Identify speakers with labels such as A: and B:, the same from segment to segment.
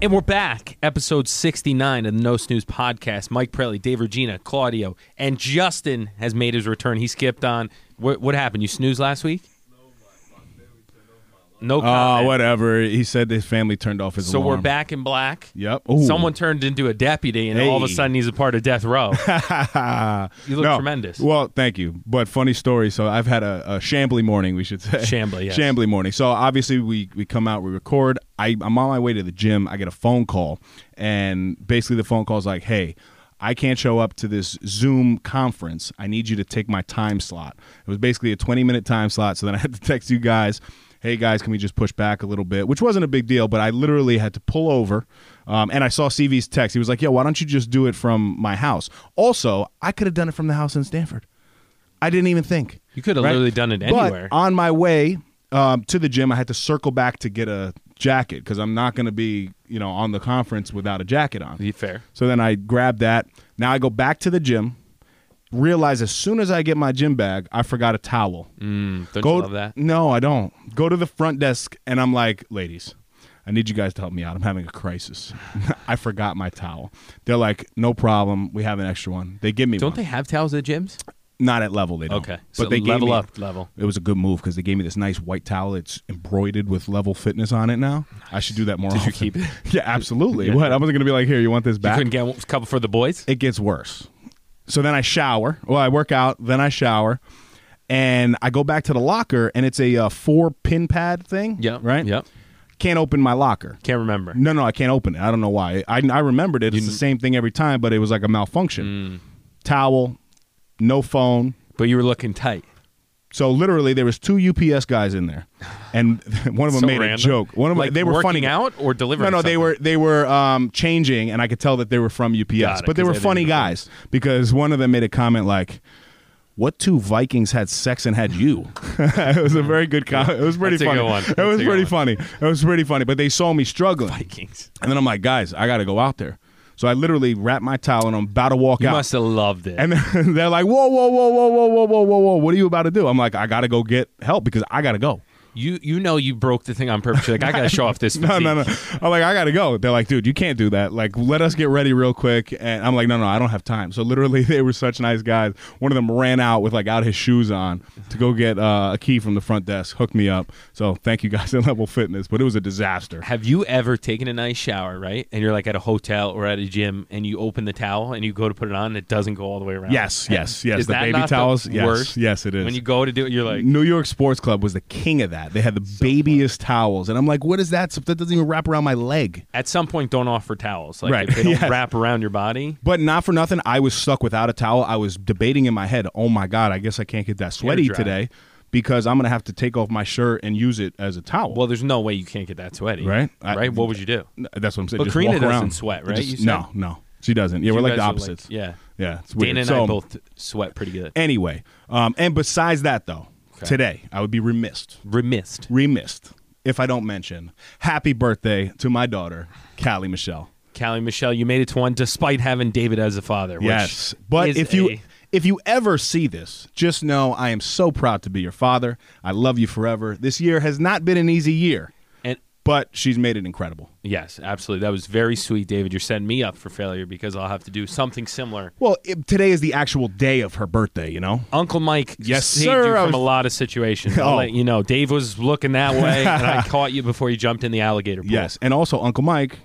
A: And we're back, episode 69 of the No Snooze podcast. Mike Prelli, Dave Regina, Claudio, and Justin has made his return. He skipped on. What, what happened? You snooze last week? No
B: Ah,
A: comment.
B: whatever. He said his family turned off his
A: so
B: alarm.
A: we're back in black.
B: Yep. Ooh.
A: Someone turned into a deputy, and all of a
B: Hey.
A: sudden he's a part of death row. you look
B: No.
A: tremendous.
B: Well, thank you. But funny story. So I've had a, a shambly morning, we should say.
A: Shambly, yes.
B: Shambly morning. So obviously we, we come out, we record. I, I'm on my way to the gym. I get a phone call, and basically the phone call's like, "Hey, I can't show up to this Zoom conference. I need you to take my time slot." It was basically a 20 minute time slot. So then I had to text you guys. Hey guys, can we just push back a little bit? Which wasn't a big deal, but I literally had to pull over, um, and I saw CV's text. He was like, "Yo, why don't you just do it from my house?" Also, I could have done it from the house in Stanford. I didn't even think.
A: You could have
B: right?
A: literally done it
B: But
A: anywhere.
B: on my way um, to the gym, I had to circle back to get a jacket because I'm not going to be, you know, on the conference without a jacket on.
A: Be fair.
B: So then I grabbed that. Now I go back to the gym. Realize as soon as I get my gym bag, I forgot a towel.
A: Mm, don't
B: Go-
A: you love that?
B: No, I don't. Go to the front desk and I'm like, ladies, I need you guys to help me out. I'm having a crisis. I forgot my towel. They're like, no problem. We have an extra one. They give me
A: Don't
B: one.
A: they have towels at gyms?
B: Not at level. They don't.
A: Okay. So
B: but they gave
A: level
B: me-
A: up, level.
B: It was a good move because they gave me this nice white towel. It's embroidered with Level Fitness on it now. I should do that more
A: Did you
B: often.
A: keep it?
B: Yeah, absolutely. What? I wasn't gonna be like, here, you want this
A: You
B: back?
A: couldn't get a couple for the boys?
B: it gets worse. So then I shower. Well, I work out, then I shower, and I go back to the locker, and it's a uh, four pin pad thing.
A: Yep.
B: Right.
A: Yep.
B: Can't open my locker.
A: Can't remember.
B: No, no, I can't open it. I don't know why. I, I remembered it. It's the same thing every time, but it was like a
A: Mm.
B: malfunction. Towel, no phone,
A: But you were looking tight.
B: So literally, there was two UPS guys in there, and one of them
A: So
B: made a
A: random.
B: joke. One of them,
A: Like
B: they were
A: working
B: funny
A: out or delivering
B: No, no, they
A: something?
B: were they were um, changing, and I could tell that they were from UPS,
A: Got it,
B: but they
A: 'cause
B: were
A: they had
B: funny
A: uniforms.
B: guys because one of them made a comment like. What two Vikings had sex and had you? it was a very good comment. It was pretty
A: That's a good
B: funny.
A: one.
B: It
A: That's a
B: was
A: good
B: pretty
A: one.
B: funny. It was pretty funny. But they saw me struggling,
A: Vikings.
B: and then I'm like, guys, I got to go out there. So I literally wrap my towel and I'm about to walk
A: You
B: out.
A: must have loved it.
B: And then they're like, whoa, whoa, whoa, whoa, whoa, whoa, whoa, whoa, whoa. What are you about to do? I'm like, I gotta go get help because I gotta go.
A: You you know you broke the thing on purpose. You're like I gotta show off this.
B: No, no, no.
A: physique.
B: I'm like, I gotta go. They're like, dude, you can't do that. Like, let us get ready real quick. And I'm like, no, no, I don't have time. So literally, they were such nice guys. One of them ran out with like out his shoes on to go get uh, a key from the front desk, hooked me up. So thank you guys at Level Fitness, but it was a disaster.
A: Have you ever taken a nice shower, right? And you're like at a hotel or at a gym, and you open the towel and you go to put it on, and it doesn't go all the way around.
B: Yes, yes, yes.
A: Is
B: the
A: that
B: baby
A: not
B: towels.
A: The
B: yes,
A: worst?
B: yes, it is.
A: When you go to do it, you're like,
B: New York Sports Club was the king of that. They had the babyest towels, and I'm like, what is that? That doesn't even wrap around my leg.
A: at some point, don't offer towels. Like
B: Right.
A: if they don't
B: Yes.
A: wrap around your body.
B: But not for nothing, I was stuck without a towel. I was debating in my head, oh my god, I guess I can't get that sweaty
A: dry.
B: today because I'm gonna have to take off my shirt and use it as a towel.
A: Well, there's no way you can't get that sweaty,
B: Right? I-
A: Right? what would you do?
B: N- that's what I'm saying.
A: But
B: just
A: Karina
B: walk
A: doesn't
B: around.
A: sweat, right?
B: Just-
A: You said?
B: no, no, she doesn't. Yeah, we're
A: You
B: like the
A: guys are
B: opposites.
A: yeah.
B: yeah, it's weird.
A: Dana and
B: so,
A: I both sweat pretty good.
B: Anyway, um, and besides that though, today I would be remiss
A: Remissed.
B: remissed if I don't mention happy birthday to my daughter, Callie Michelle.
A: Callie Michelle, you made it to one despite having David as a father. Which
B: Yes, but
A: is
B: if you
A: a-
B: if you ever see this, just know I am so proud to be your father. I love you forever. This year has not been an easy year,
A: and
B: but she's made it incredible.
A: Yes, absolutely. That was very sweet, David. You're setting me up for failure because I'll have to do something similar.
B: Well, it, today is the actual day of her birthday. You know,
A: Uncle Mike
B: Yes,
A: saved
B: sir,
A: you
B: I
A: from
B: was-
A: a lot of situations. I'll
B: Oh.
A: let you know. Dave was looking that way, and I caught you before you jumped in the alligator pool.
B: yes, and also Uncle Mike.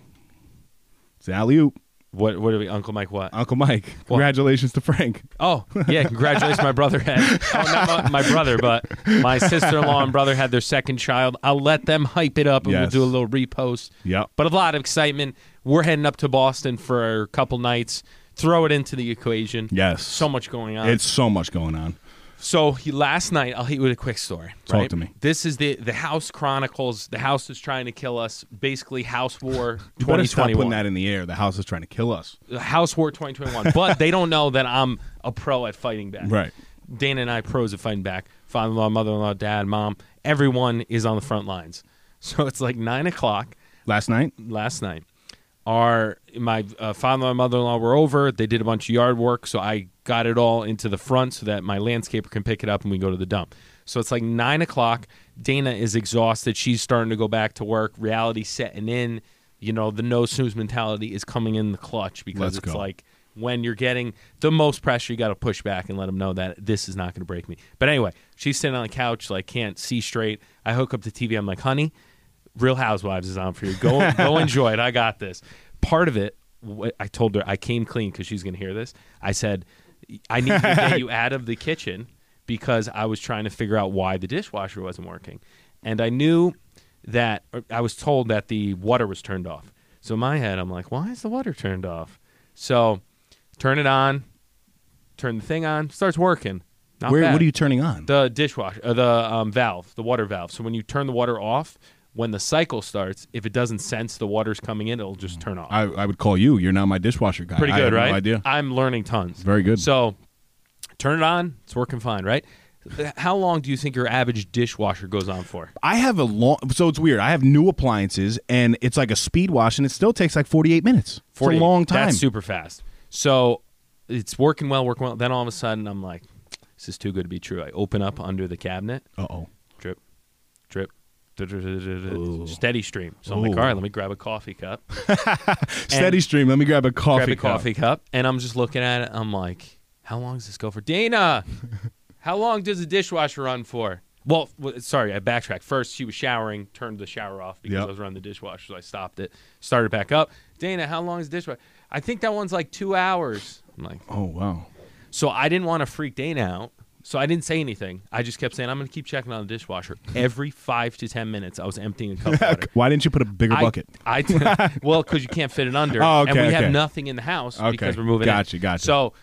B: It's an alley oop,
A: What? What are we, Uncle Mike? What?
B: Uncle Mike. Congratulations to Frank.
A: Oh, yeah. Congratulations, my brother had. Oh, not my, my brother, but my sister-in-law and brother had their second child. I'll let them hype it up, and
B: Yes.
A: we'll do a little repost.
B: Yep.
A: But a lot of excitement. We're heading up to Boston for a couple nights. Throw it into the equation.
B: Yes.
A: So much going on.
B: It's so much going on.
A: So he, last night, I'll hit you with a quick story.
B: Talk
A: right?
B: to me.
A: This is the the House Chronicles. The House is trying to kill us. Basically, House War
B: You better stop putting
A: 2021.
B: that in the air. The house is trying to kill us.
A: House War 2021. but they don't know that I'm a pro at fighting back.
B: Right.
A: Dana and I pros at fighting back. Father-in-law, mother-in-law, dad, mom. Everyone is on the front lines. So it's like nine o'clock
B: Last night,
A: last night. Our my uh, father and mother in law were over. They did a bunch of yard work, so I got it all into the front so that my landscaper can pick it up and we go to the dump. So it's like nine o'clock. Dana is exhausted. She's starting to go back to work. Reality setting in. You know the no snooze mentality is coming in the clutch because
B: Let's
A: it's
B: go.
A: like when you're getting the most pressure, you got to push back and let them know that this is not going to break me. But anyway, she's sitting on the couch, like can't see straight. I hook up the TV. I'm like, honey, Real Housewives is on for you. Go, go enjoy it. I got this. Part of it, wh- I told her I came clean because she's going to hear this. I said, I need to get you out of the kitchen because I was trying to figure out why the dishwasher wasn't working, and I knew that or I was told that the water was turned off. So in my head, I'm like, why is the water turned off? So turn it on, turn the thing on, starts working. Not
B: where
A: bad
B: what are you turning on?
A: the dishwasher, uh, the um, valve, the water valve. So when you turn the water off, when the cycle starts, if it doesn't sense the water's coming in, it'll just turn off.
B: I, I would call you. You're not my dishwasher guy.
A: Pretty
B: I
A: good,
B: have
A: right?
B: No idea.
A: I'm learning tons.
B: Very good.
A: So turn it on. It's working fine, right? Th- How long do you think your average dishwasher goes on for?
B: I have a long. So it's weird. I have new appliances, and it's like a speed wash, and it still takes like 48 minutes. It's
A: 48.
B: a long time.
A: That's super fast. So it's working well, working well. Then all of a sudden, I'm like, this is too good to be true. I open up under the cabinet.
B: Uh oh.
A: drip, drip, steady stream. So I'm like,
B: Ooh.
A: all right, let me grab a coffee cup,
B: Steady stream. Let me grab a coffee.
A: grab a
B: cup.
A: coffee cup, and I'm just looking at it. I'm like, how long does this go for, Dana? how long does the dishwasher run for? Well, w- sorry, I backtrack. First, she was showering, turned the shower off because
B: Yep.
A: I was running the dishwasher, so I stopped it, started back up. Dana, how long is the dishwasher? I think that one's like two hours. I'm like,
B: Oh wow.
A: so I didn't want to freak Dana out. So I didn't say anything. I just kept saying, I'm going to keep checking on the dishwasher. Every five to 10 minutes, I was emptying a cup of water.
B: Why didn't you put a bigger bucket?
A: I, I well, because you can't fit it under,
B: Oh,
A: and we
B: okay, okay.
A: have nothing in the house
B: Okay,
A: because we're moving.
B: gotcha,
A: in.
B: gotcha.
A: So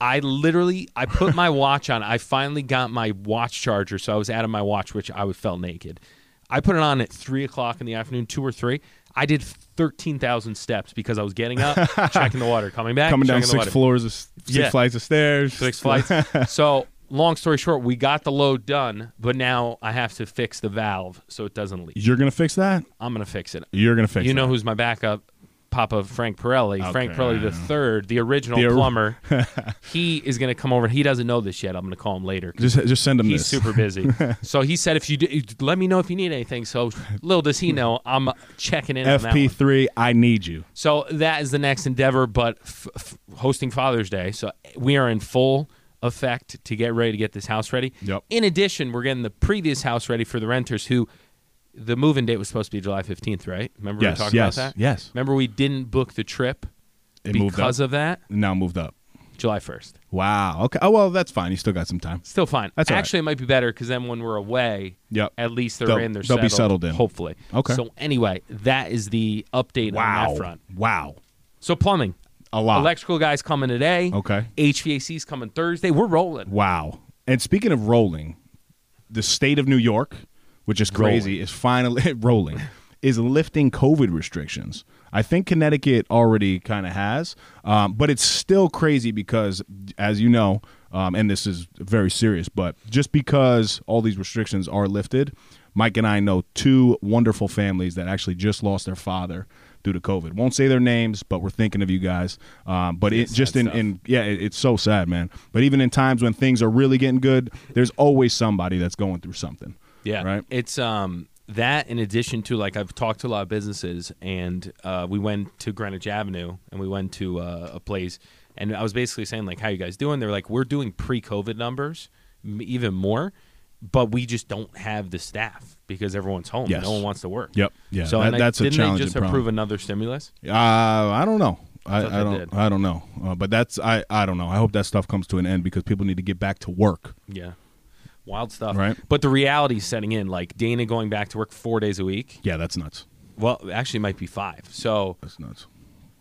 A: I literally, I put my watch on. I finally got my watch charger, so I was out of my watch, which I was felt naked. I put it on at three o'clock in the afternoon, two or three. I did thirteen thousand steps because I was getting up, checking the water, coming back,
B: Coming down
A: checking the
B: six
A: water
B: floors, of, s- six
A: Yeah.
B: flights of stairs.
A: six flights. so long story short, we got the load done, but now I have to fix the valve so it doesn't leak.
B: You're gonna fix that.
A: I'm gonna fix it.
B: You're gonna fix.
A: You know
B: that.
A: who's my backup? Papa Frank Pirelli. Frank
B: Okay.
A: Pirelli the third, the original
B: The or-
A: plumber. he is gonna come over. He doesn't know this yet. I'm gonna call him later.
B: Just just send them
A: He's
B: this.
A: super busy. so he said, if you do, let me know if you need anything. So little does
B: Hmm.
A: he know, I'm checking in on that one.
B: FP3. I need you.
A: So that is the next endeavor, but f- f- hosting Father's Day. So we are in full effect to get ready to get this house ready.
B: Yep.
A: In addition, we're getting the previous house ready for the renters who the move in date was supposed to be July 15th, right? Remember
B: Yes,
A: we talked
B: yes,
A: about that?
B: yes.
A: Remember we didn't book the trip
B: It moved
A: because
B: up.
A: of that?
B: now moved up.
A: July 1st.
B: Wow. Okay. Oh well, that's fine. You still got some time.
A: Still fine.
B: That's all right.
A: Actually, it might be better because then when we're away,
B: Yep.
A: at least they're
B: They'll-
A: in, they're
B: they'll be settled in.
A: Hopefully.
B: Okay.
A: So anyway, that is the update
B: Wow.
A: on that front.
B: Wow.
A: So plumbing.
B: A lot.
A: Electrical guys coming today.
B: Okay.
A: HVAC's coming Thursday. We're rolling.
B: Wow. And speaking of rolling, the state of New York, which is crazy, is finally rolling, is lifting COVID restrictions. I think Connecticut already kind of has, um, but it's still crazy because, as you know, um, and this is very serious, but just because all these restrictions are lifted, Mike and I know two wonderful families that actually just lost their father due to COVID. Won't say their names, but we're thinking of you guys. Um, but it, just in, in yeah, it, it's so sad, man. But even in times when things are really getting good, there's always somebody that's going through something.
A: Yeah.
B: Right.
A: It's um that in addition to like I've talked to a lot of businesses and uh, we went to Greenwich Avenue and we went to uh, a place and I was basically saying like how you guys doing? They're like we're doing pre-COVID numbers m- even more, but we just don't have the staff because everyone's home.
B: Yes.
A: No one wants to work.
B: Yep. Yeah.
A: So
B: That-
A: and I-
B: that's a
A: didn't they
B: challenging
A: just
B: problem.
A: approve another stimulus?
B: Uh, I don't know. I,
A: thought
B: I,
A: they
B: don't.
A: did.
B: I don't know. Uh, but that's I. I don't know. I hope that stuff comes to an end because people need to get back to work.
A: Yeah. Wild stuff.
B: Right.
A: But the reality's setting in, like Dana going back to work four days a week.
B: Yeah, that's nuts.
A: Well, actually it might be five. So
B: That's nuts.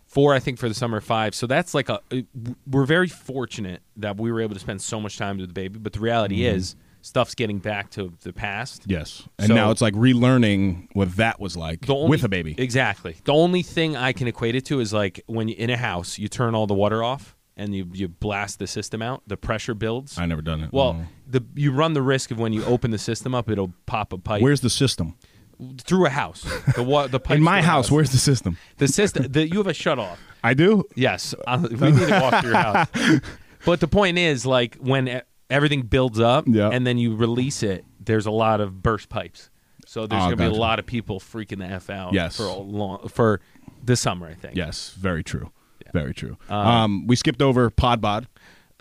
A: four I think for the summer, five. So that's like a uh, we're very fortunate that we were able to spend so much time with the baby. But the reality
B: Mm-hmm.
A: is stuff's getting back to the past.
B: Yes. And
A: So-
B: now it's like relearning what that was like
A: The only-
B: with a baby.
A: Exactly. The only thing I can equate it to is like when you're in a house, you turn all the water off and you, you blast the system out. The pressure builds.
B: I never done it. Mm-hmm.
A: Well,
B: No.
A: the you run the risk of when you open the system up, it'll pop a pipe
B: where's the system?
A: through a house. The wa- the pipe
B: In my house, where's the system?
A: the system? The, you have a shut off.
B: I do.
A: Yes, uh, we need to walk to your house. But the point is, like when e- everything builds up
B: Yeah.
A: and then you release it, there's a lot of burst pipes. So there's
B: Oh,
A: gonna be a
B: gotcha.
A: lot of people freaking the f out
B: Yes.
A: for a long for this summer. I think.
B: Yes, very true. Very true. um, we skipped over Podbod.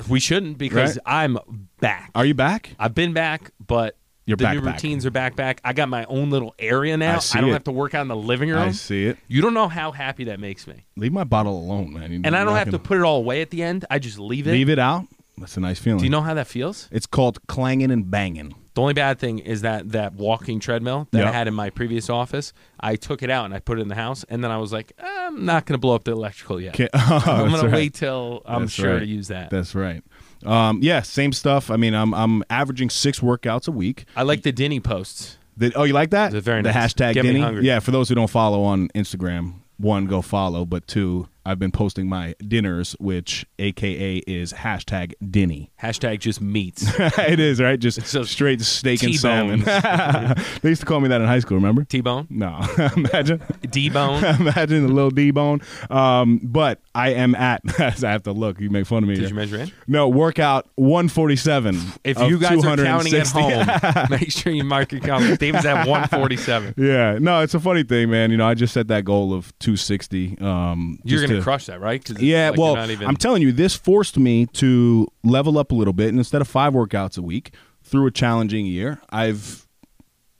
A: we shouldn't because
B: Right.
A: I'm back.
B: Are you back?
A: I've been back, but
B: You're
A: the
B: back,
A: new
B: back.
A: routines are back. Back. I got my own little area now.
B: I see
A: don't
B: it.
A: have to work out in the living room.
B: I see it.
A: You don't know how happy that makes me.
B: Leave my bottle alone, man. You
A: And I
B: you're
A: don't
B: not
A: have to
B: gonna-
A: put it all away at the end. I just leave it.
B: leave it out. That's a nice feeling.
A: Do you know how that feels?
B: It's called clanging and banging.
A: The only bad thing is that that walking treadmill that I
B: Yeah.
A: had in my previous office, I took it out and I put it in the house, and then I was like, I'm not going to blow up the electrical yet.
B: Ca-
A: I'm
B: Oh, That's
A: going
B: right.
A: to wait till I'm
B: That's
A: sure to
B: right.
A: use that.
B: That's right. Um, yeah, same stuff. I mean, I'm I'm averaging six workouts a week.
A: I like the Denny posts.
B: The, oh, you like that?
A: They're very
B: the
A: nice.
B: hashtag
A: Get me
B: Denny.
A: hungry.
B: Yeah, for those who don't follow on Instagram, one go follow, but two, I've been posting my dinners, which AKA is hashtag Denny.
A: Hashtag just meats.
B: it is right, just
A: a
B: straight steak and
A: T-bones.
B: salmon. they used to call me that in high school. Remember?
A: T-bone,
B: no, imagine.
A: D-bone.
B: Imagine the little D bone. Um, but I am at, I have to look, you make fun of me.
A: Did
B: here.
A: you measure in?
B: No, workout 147.
A: If
B: of
A: you guys are counting at
B: 260.
A: home, make sure you mark your comments. David's at 147.
B: Yeah, no, it's a funny thing, man. You know, I just set that goal of 260. Um,
A: You're
B: just
A: going to
B: to-
A: crush that, right? 'Cause it's
B: Yeah,
A: like you're
B: well,
A: not even-
B: I'm telling you, this forced me to level up a little bit, and instead of five workouts a week through a challenging year, I've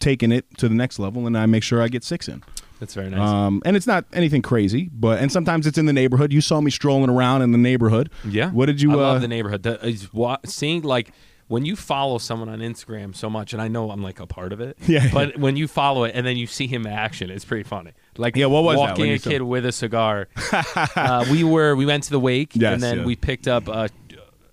B: taken it to the next level, and I make sure I get six in.
A: that's very nice.
B: Um, and it's not anything crazy, but and sometimes it's in the neighborhood. You saw me strolling around in the neighborhood.
A: Yeah.
B: What did you?
A: I
B: uh,
A: love the neighborhood. The, is wa- seeing like when you follow someone on Instagram so much, and I know I'm like a part of it.
B: Yeah.
A: But when you follow it and then you see him in action, it's pretty funny. Like
B: Yeah, what was that
A: walking
B: when
A: a
B: you saw-
A: kid with a cigar? uh, we were we went to the wake,
B: Yes,
A: and then
B: yeah.
A: we picked up uh,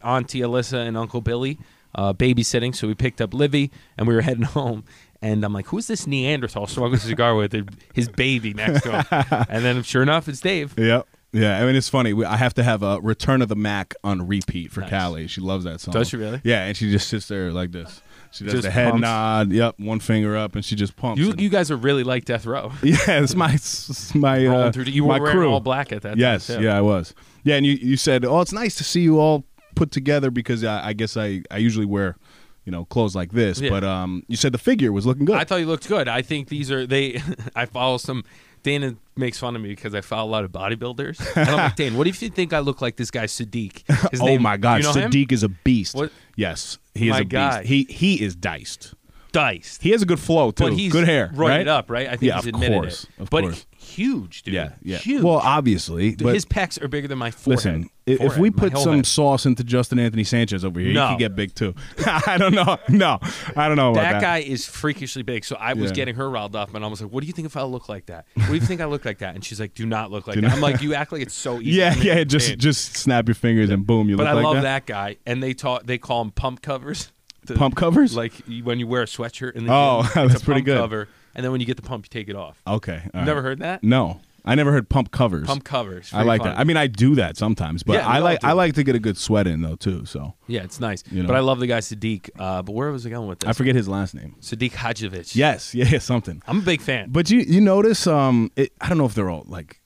A: Auntie Alyssa and Uncle Billy uh, babysitting. So we picked up Livy, and we were heading home. And I'm like, who's this Neanderthal smoking a cigar with his baby next to him? And then, sure enough, it's Dave.
B: Yeah. Yeah, I mean it's funny. We, I have to have a Return of the Mac on repeat for
A: Nice.
B: Callie. She loves that song.
A: Does she really?
B: Yeah, and she just sits there like this. She does
A: Just
B: the head
A: pumps.
B: nod. Yep, one finger up, and she just pumps.
A: You,
B: And-
A: you guys are really like Death Row.
B: yeah, it's my it's my
A: rolling
B: uh,
A: through. You
B: my
A: were wearing
B: crew.
A: all black at that.
B: Yes,
A: time, too.
B: yeah, I was. Yeah, and you, you said, oh, it's nice to see you all put together because I, I guess I, I usually wear, you know, clothes like this.
A: Yeah.
B: But um, you said the figure was looking good.
A: I thought you looked good. I think these are they. I follow some. Dana makes fun of me because I follow a lot of bodybuilders. And I'm like, Dan, what if you think I look like this guy Sadiq? His
B: oh
A: name-
B: my God,
A: you know him?
B: Sadiq is a beast.
A: What-
B: Yes, he is
A: My
B: a beast.
A: guy.
B: He he is diced.
A: diced.
B: He has a good flow too.
A: but he's
B: good hair,
A: roided
B: right?
A: up, right? I think
B: Yeah,
A: he's
B: of
A: admitted
B: course,
A: it.
B: of
A: but
B: course.
A: huge, dude.
B: Yeah, yeah.
A: Huge.
B: Well, obviously,
A: Dude,
B: but
A: his pecs are bigger than my forehead.
B: listen, i- if,
A: Forehead,
B: we
A: my
B: put
A: whole
B: some
A: head.
B: sauce into Justin Anthony Sanchez over here,
A: No.
B: he could get big too. I don't know. No, I don't know about
A: that,
B: that.
A: guy is freakishly big. So I was
B: Yeah.
A: getting her riled up, and I was like, "What do you think if I look like that? What do you think I look like that?" And she's like, "Do not look like that." I'm like, "You act like it's so easy."
B: yeah,
A: to
B: yeah.
A: maintain."
B: Just just snap your fingers and boom, you
A: But
B: look
A: I
B: like
A: love that. guy, and they talk. They call them pump covers. The-
B: Pump covers?
A: like you- when you wear a sweatshirt. In the
B: Oh,
A: gym,
B: that's
A: it's a
B: pretty
A: pump
B: good.
A: Cover, and then when you get the pump, you take it off.
B: Okay. all right.
A: Never heard that?
B: No, I never heard pump covers.
A: Pump covers.
B: I like that. I mean, I do that sometimes, but
A: Yeah, we
B: I
A: all
B: like
A: do.
B: I like to get a good sweat in though too. So
A: yeah, it's nice.
B: You know.
A: But I love the guy Sadiq. Uh, but where was I going with this?
B: I forget his last name.
A: Sadiq Hajjovic.
B: Yes, yeah, yeah, something.
A: I'm a big fan.
B: But you you notice um it, I don't know if they're all like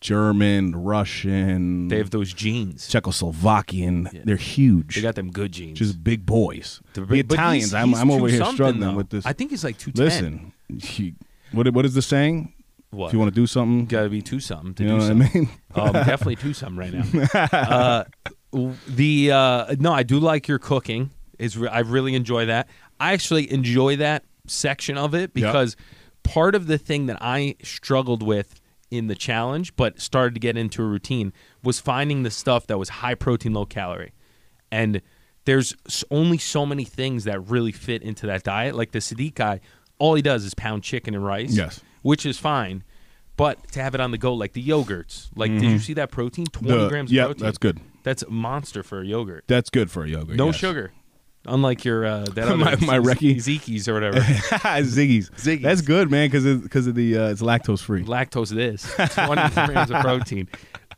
B: German, Russian,
A: they have those jeans.
B: Czechoslovakian.
A: Yeah.
B: They're huge.
A: They got them good jeans.
B: just big boys.
A: They're
B: The,
A: big- but
B: Italians.
A: he's-
B: I'm,
A: he's
B: I'm over here
A: 2-something,
B: struggling
A: though.
B: with this.
A: I think he's like two ten.
B: Listen, he, what what is the saying?
A: What?
B: If you want to do something,
A: got to be two something to
B: you
A: do
B: know what I
A: something.
B: mean?
A: um, definitely two some right now. Uh, w- the uh, no, I do like your cooking. Is re- I really enjoy that. I actually enjoy that section of it because part of the thing that I struggled with in the challenge, but started to get into a routine, was finding the stuff that was high protein, low calorie, and there's s- only so many things that really fit into that diet. Like the Sadiq guy, all he does is pound chicken and rice.
B: Yes.
A: which is fine. But to have it on the go, like the yogurts, like did you see that protein? Twenty
B: Mm-hmm. The-
A: grams.
B: yeah,
A: of protein.
B: that's good.
A: That's a monster for a yogurt.
B: That's good for a yogurt.
A: No
B: yes.
A: sugar, unlike your uh, that
B: My-
A: other-
B: my recce.
A: Zekies or whatever.
B: Ziggy's.
A: Ziggy's.
B: That's good, man, because because of the uh, it's lactose free.
A: lactose it is. 20 grams of protein.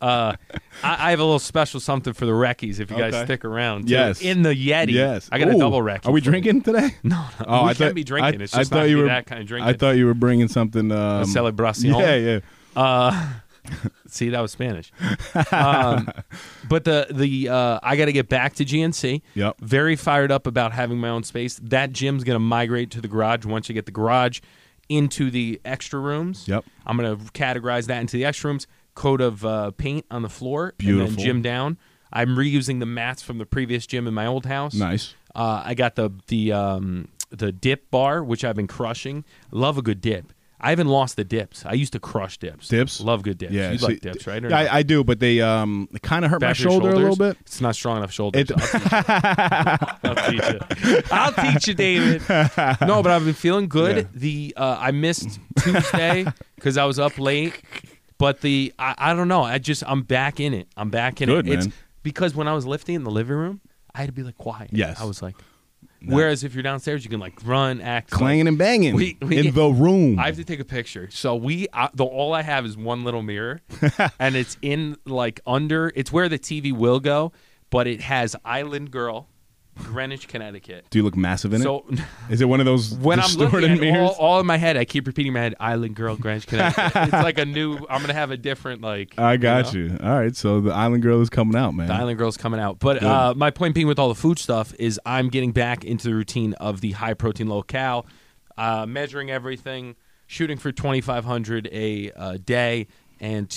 A: Uh, I, I have a little special something for the Reckies if you guys
B: Okay.
A: stick around. too.
B: Yes.
A: in the Yeti.
B: Yes.
A: I got a
B: Ooh,
A: double Recce.
B: Are we
A: for you.
B: drinking today?
A: No, no.
B: Oh,
A: we
B: I
A: can
B: thought-
A: be drinking.
B: I-
A: it's just
B: I
A: not
B: thought
A: gonna
B: you
A: be
B: were-
A: that kind of drinking.
B: I thought you were bringing something. Um,
A: celebration.
B: Yeah, yeah.
A: See, that was Spanish. um, but the the uh, I got to get back to GNC.
B: Yep.
A: Very fired up about having my own space. That gym's going to migrate to the garage once you get the garage into the extra rooms.
B: Yep.
A: I'm going to categorize that into the extra rooms. Coat of uh, paint on the floor. And
B: Beautiful.
A: then gym down. I'm reusing the mats from the previous gym in my old house.
B: Nice.
A: Uh, I got the the um, the dip bar, which I've been crushing. Love a good dip. I haven't lost the dips. I used to crush dips.
B: Dips?
A: Love good dips.
B: Yeah,
A: you
B: see-
A: like dips, right? Or
B: Yeah,
A: not?
B: I, I do, but they um kind of hurt my
A: Back of your
B: shoulder a little
A: shoulders?
B: bit.
A: It's not strong enough shoulder.
B: It-
A: to- I'll teach you. I'll teach you, David. No, but I've been feeling good.
B: Yeah.
A: The uh, I missed Tuesday because I was up late. But the I, I don't know. I just I'm back in it. I'm back in
B: Good,
A: it.
B: man.
A: It's because when I was lifting in the living room, I had to be like quiet.
B: Yes.
A: I was like. Whereas if you're downstairs, you can like run, act, like-
B: Clanging and banging
A: We- we-
B: in the room.
A: I have to take a picture. So we, I, the all I have is one little mirror, and it's in like under. It's where the TV will go, but it has Island Girl, Greenwich, Connecticut.
B: do you look massive in
A: So
B: it? Is it one of those
A: when I'm
B: distorted
A: looking at it, all,
B: mirrors?
A: all in my head, I keep repeating in my head, Island Girl, Greenwich, Connecticut. it's like a new. I'm gonna have a different like.
B: I got
A: know?
B: you, All right, so the Island Girl is coming out, man.
A: The Island Girl's coming out. But uh, my point being with all the food stuff is I'm getting back into the routine of the high protein, low cal, uh, measuring everything, shooting for 2,500 a uh, day and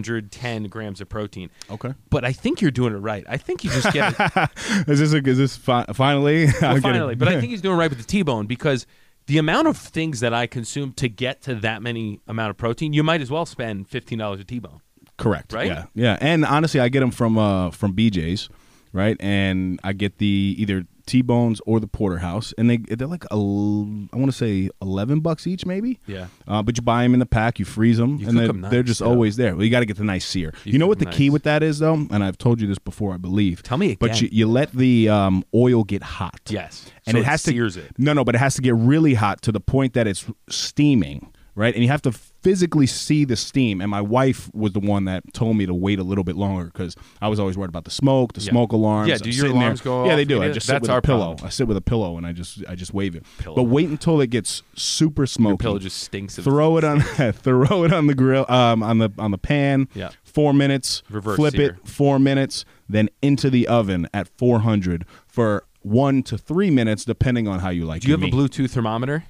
A: 210 grams of protein.
B: Okay.
A: But I think you're doing it right. I think you just get it.
B: Is this a, is this fi- finally?
A: Well,
B: I'm kidding.
A: finally, but I think he's doing right with the T-bone because the amount of things that I consume to get to that many amount of protein, you might as well spend $15 a T-bone.
B: Correct.
A: Right?
B: Yeah. Yeah. And honestly, I get them from uh from BJ's, right? And I get the either T-bones or the porterhouse, and they they're like el- I want to say eleven bucks each, maybe.
A: Yeah.
B: Uh, but you buy them in the pack, you freeze them,
A: You
B: and
A: cook
B: they're,
A: 'em nice,
B: they're just
A: yeah.
B: always there. Well, you got to get the nice sear.
A: You
B: You, know
A: cook
B: what the
A: 'em
B: key
A: nice.
B: with that is, though, and I've told you this before, I believe.
A: Tell me
B: But you,
A: again.
B: you let the um, oil get hot.
A: Yes.
B: And
A: So
B: it
A: it
B: has
A: sears
B: to
A: it.
B: no, no, but it has to get really hot to the point that it's steaming, right? And you have to physically see the steam. And my wife was the one that told me to wait a little bit longer because I was always worried about the smoke, the
A: Yeah.
B: smoke alarms.
A: Yeah, do
B: I'm
A: your
B: sitting there-
A: alarms go
B: Yeah, they
A: off?
B: do.
A: It
B: I
A: is-
B: just sit
A: that's
B: with a
A: our
B: pillow.
A: problem.
B: I sit with a pillow and I just I just wave it.
A: Pillow.
B: But wait until it gets super smoky.
A: Pillow just stinks. of-
B: throw it on throw it on the grill um on the on the pan.
A: Yeah.
B: Four minutes.
A: Reverse
B: flip
A: sear.
B: it four minutes, then into the oven at four hundred for one to three minutes, depending on how you like.
A: Do you
B: your
A: have a
B: meat.
A: Bluetooth thermometer?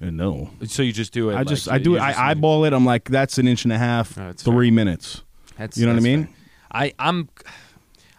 B: Uh, no.
A: So you just do it.
B: I
A: like,
B: just
A: you-
B: I do
A: you
B: it.
A: just-
B: I eyeball it. I'm like, that's an inch and a half,
A: Oh,
B: three
A: that's fair.
B: minutes.
A: That's,
B: you know what I
A: that's
B: mean?
A: fair. I I'm.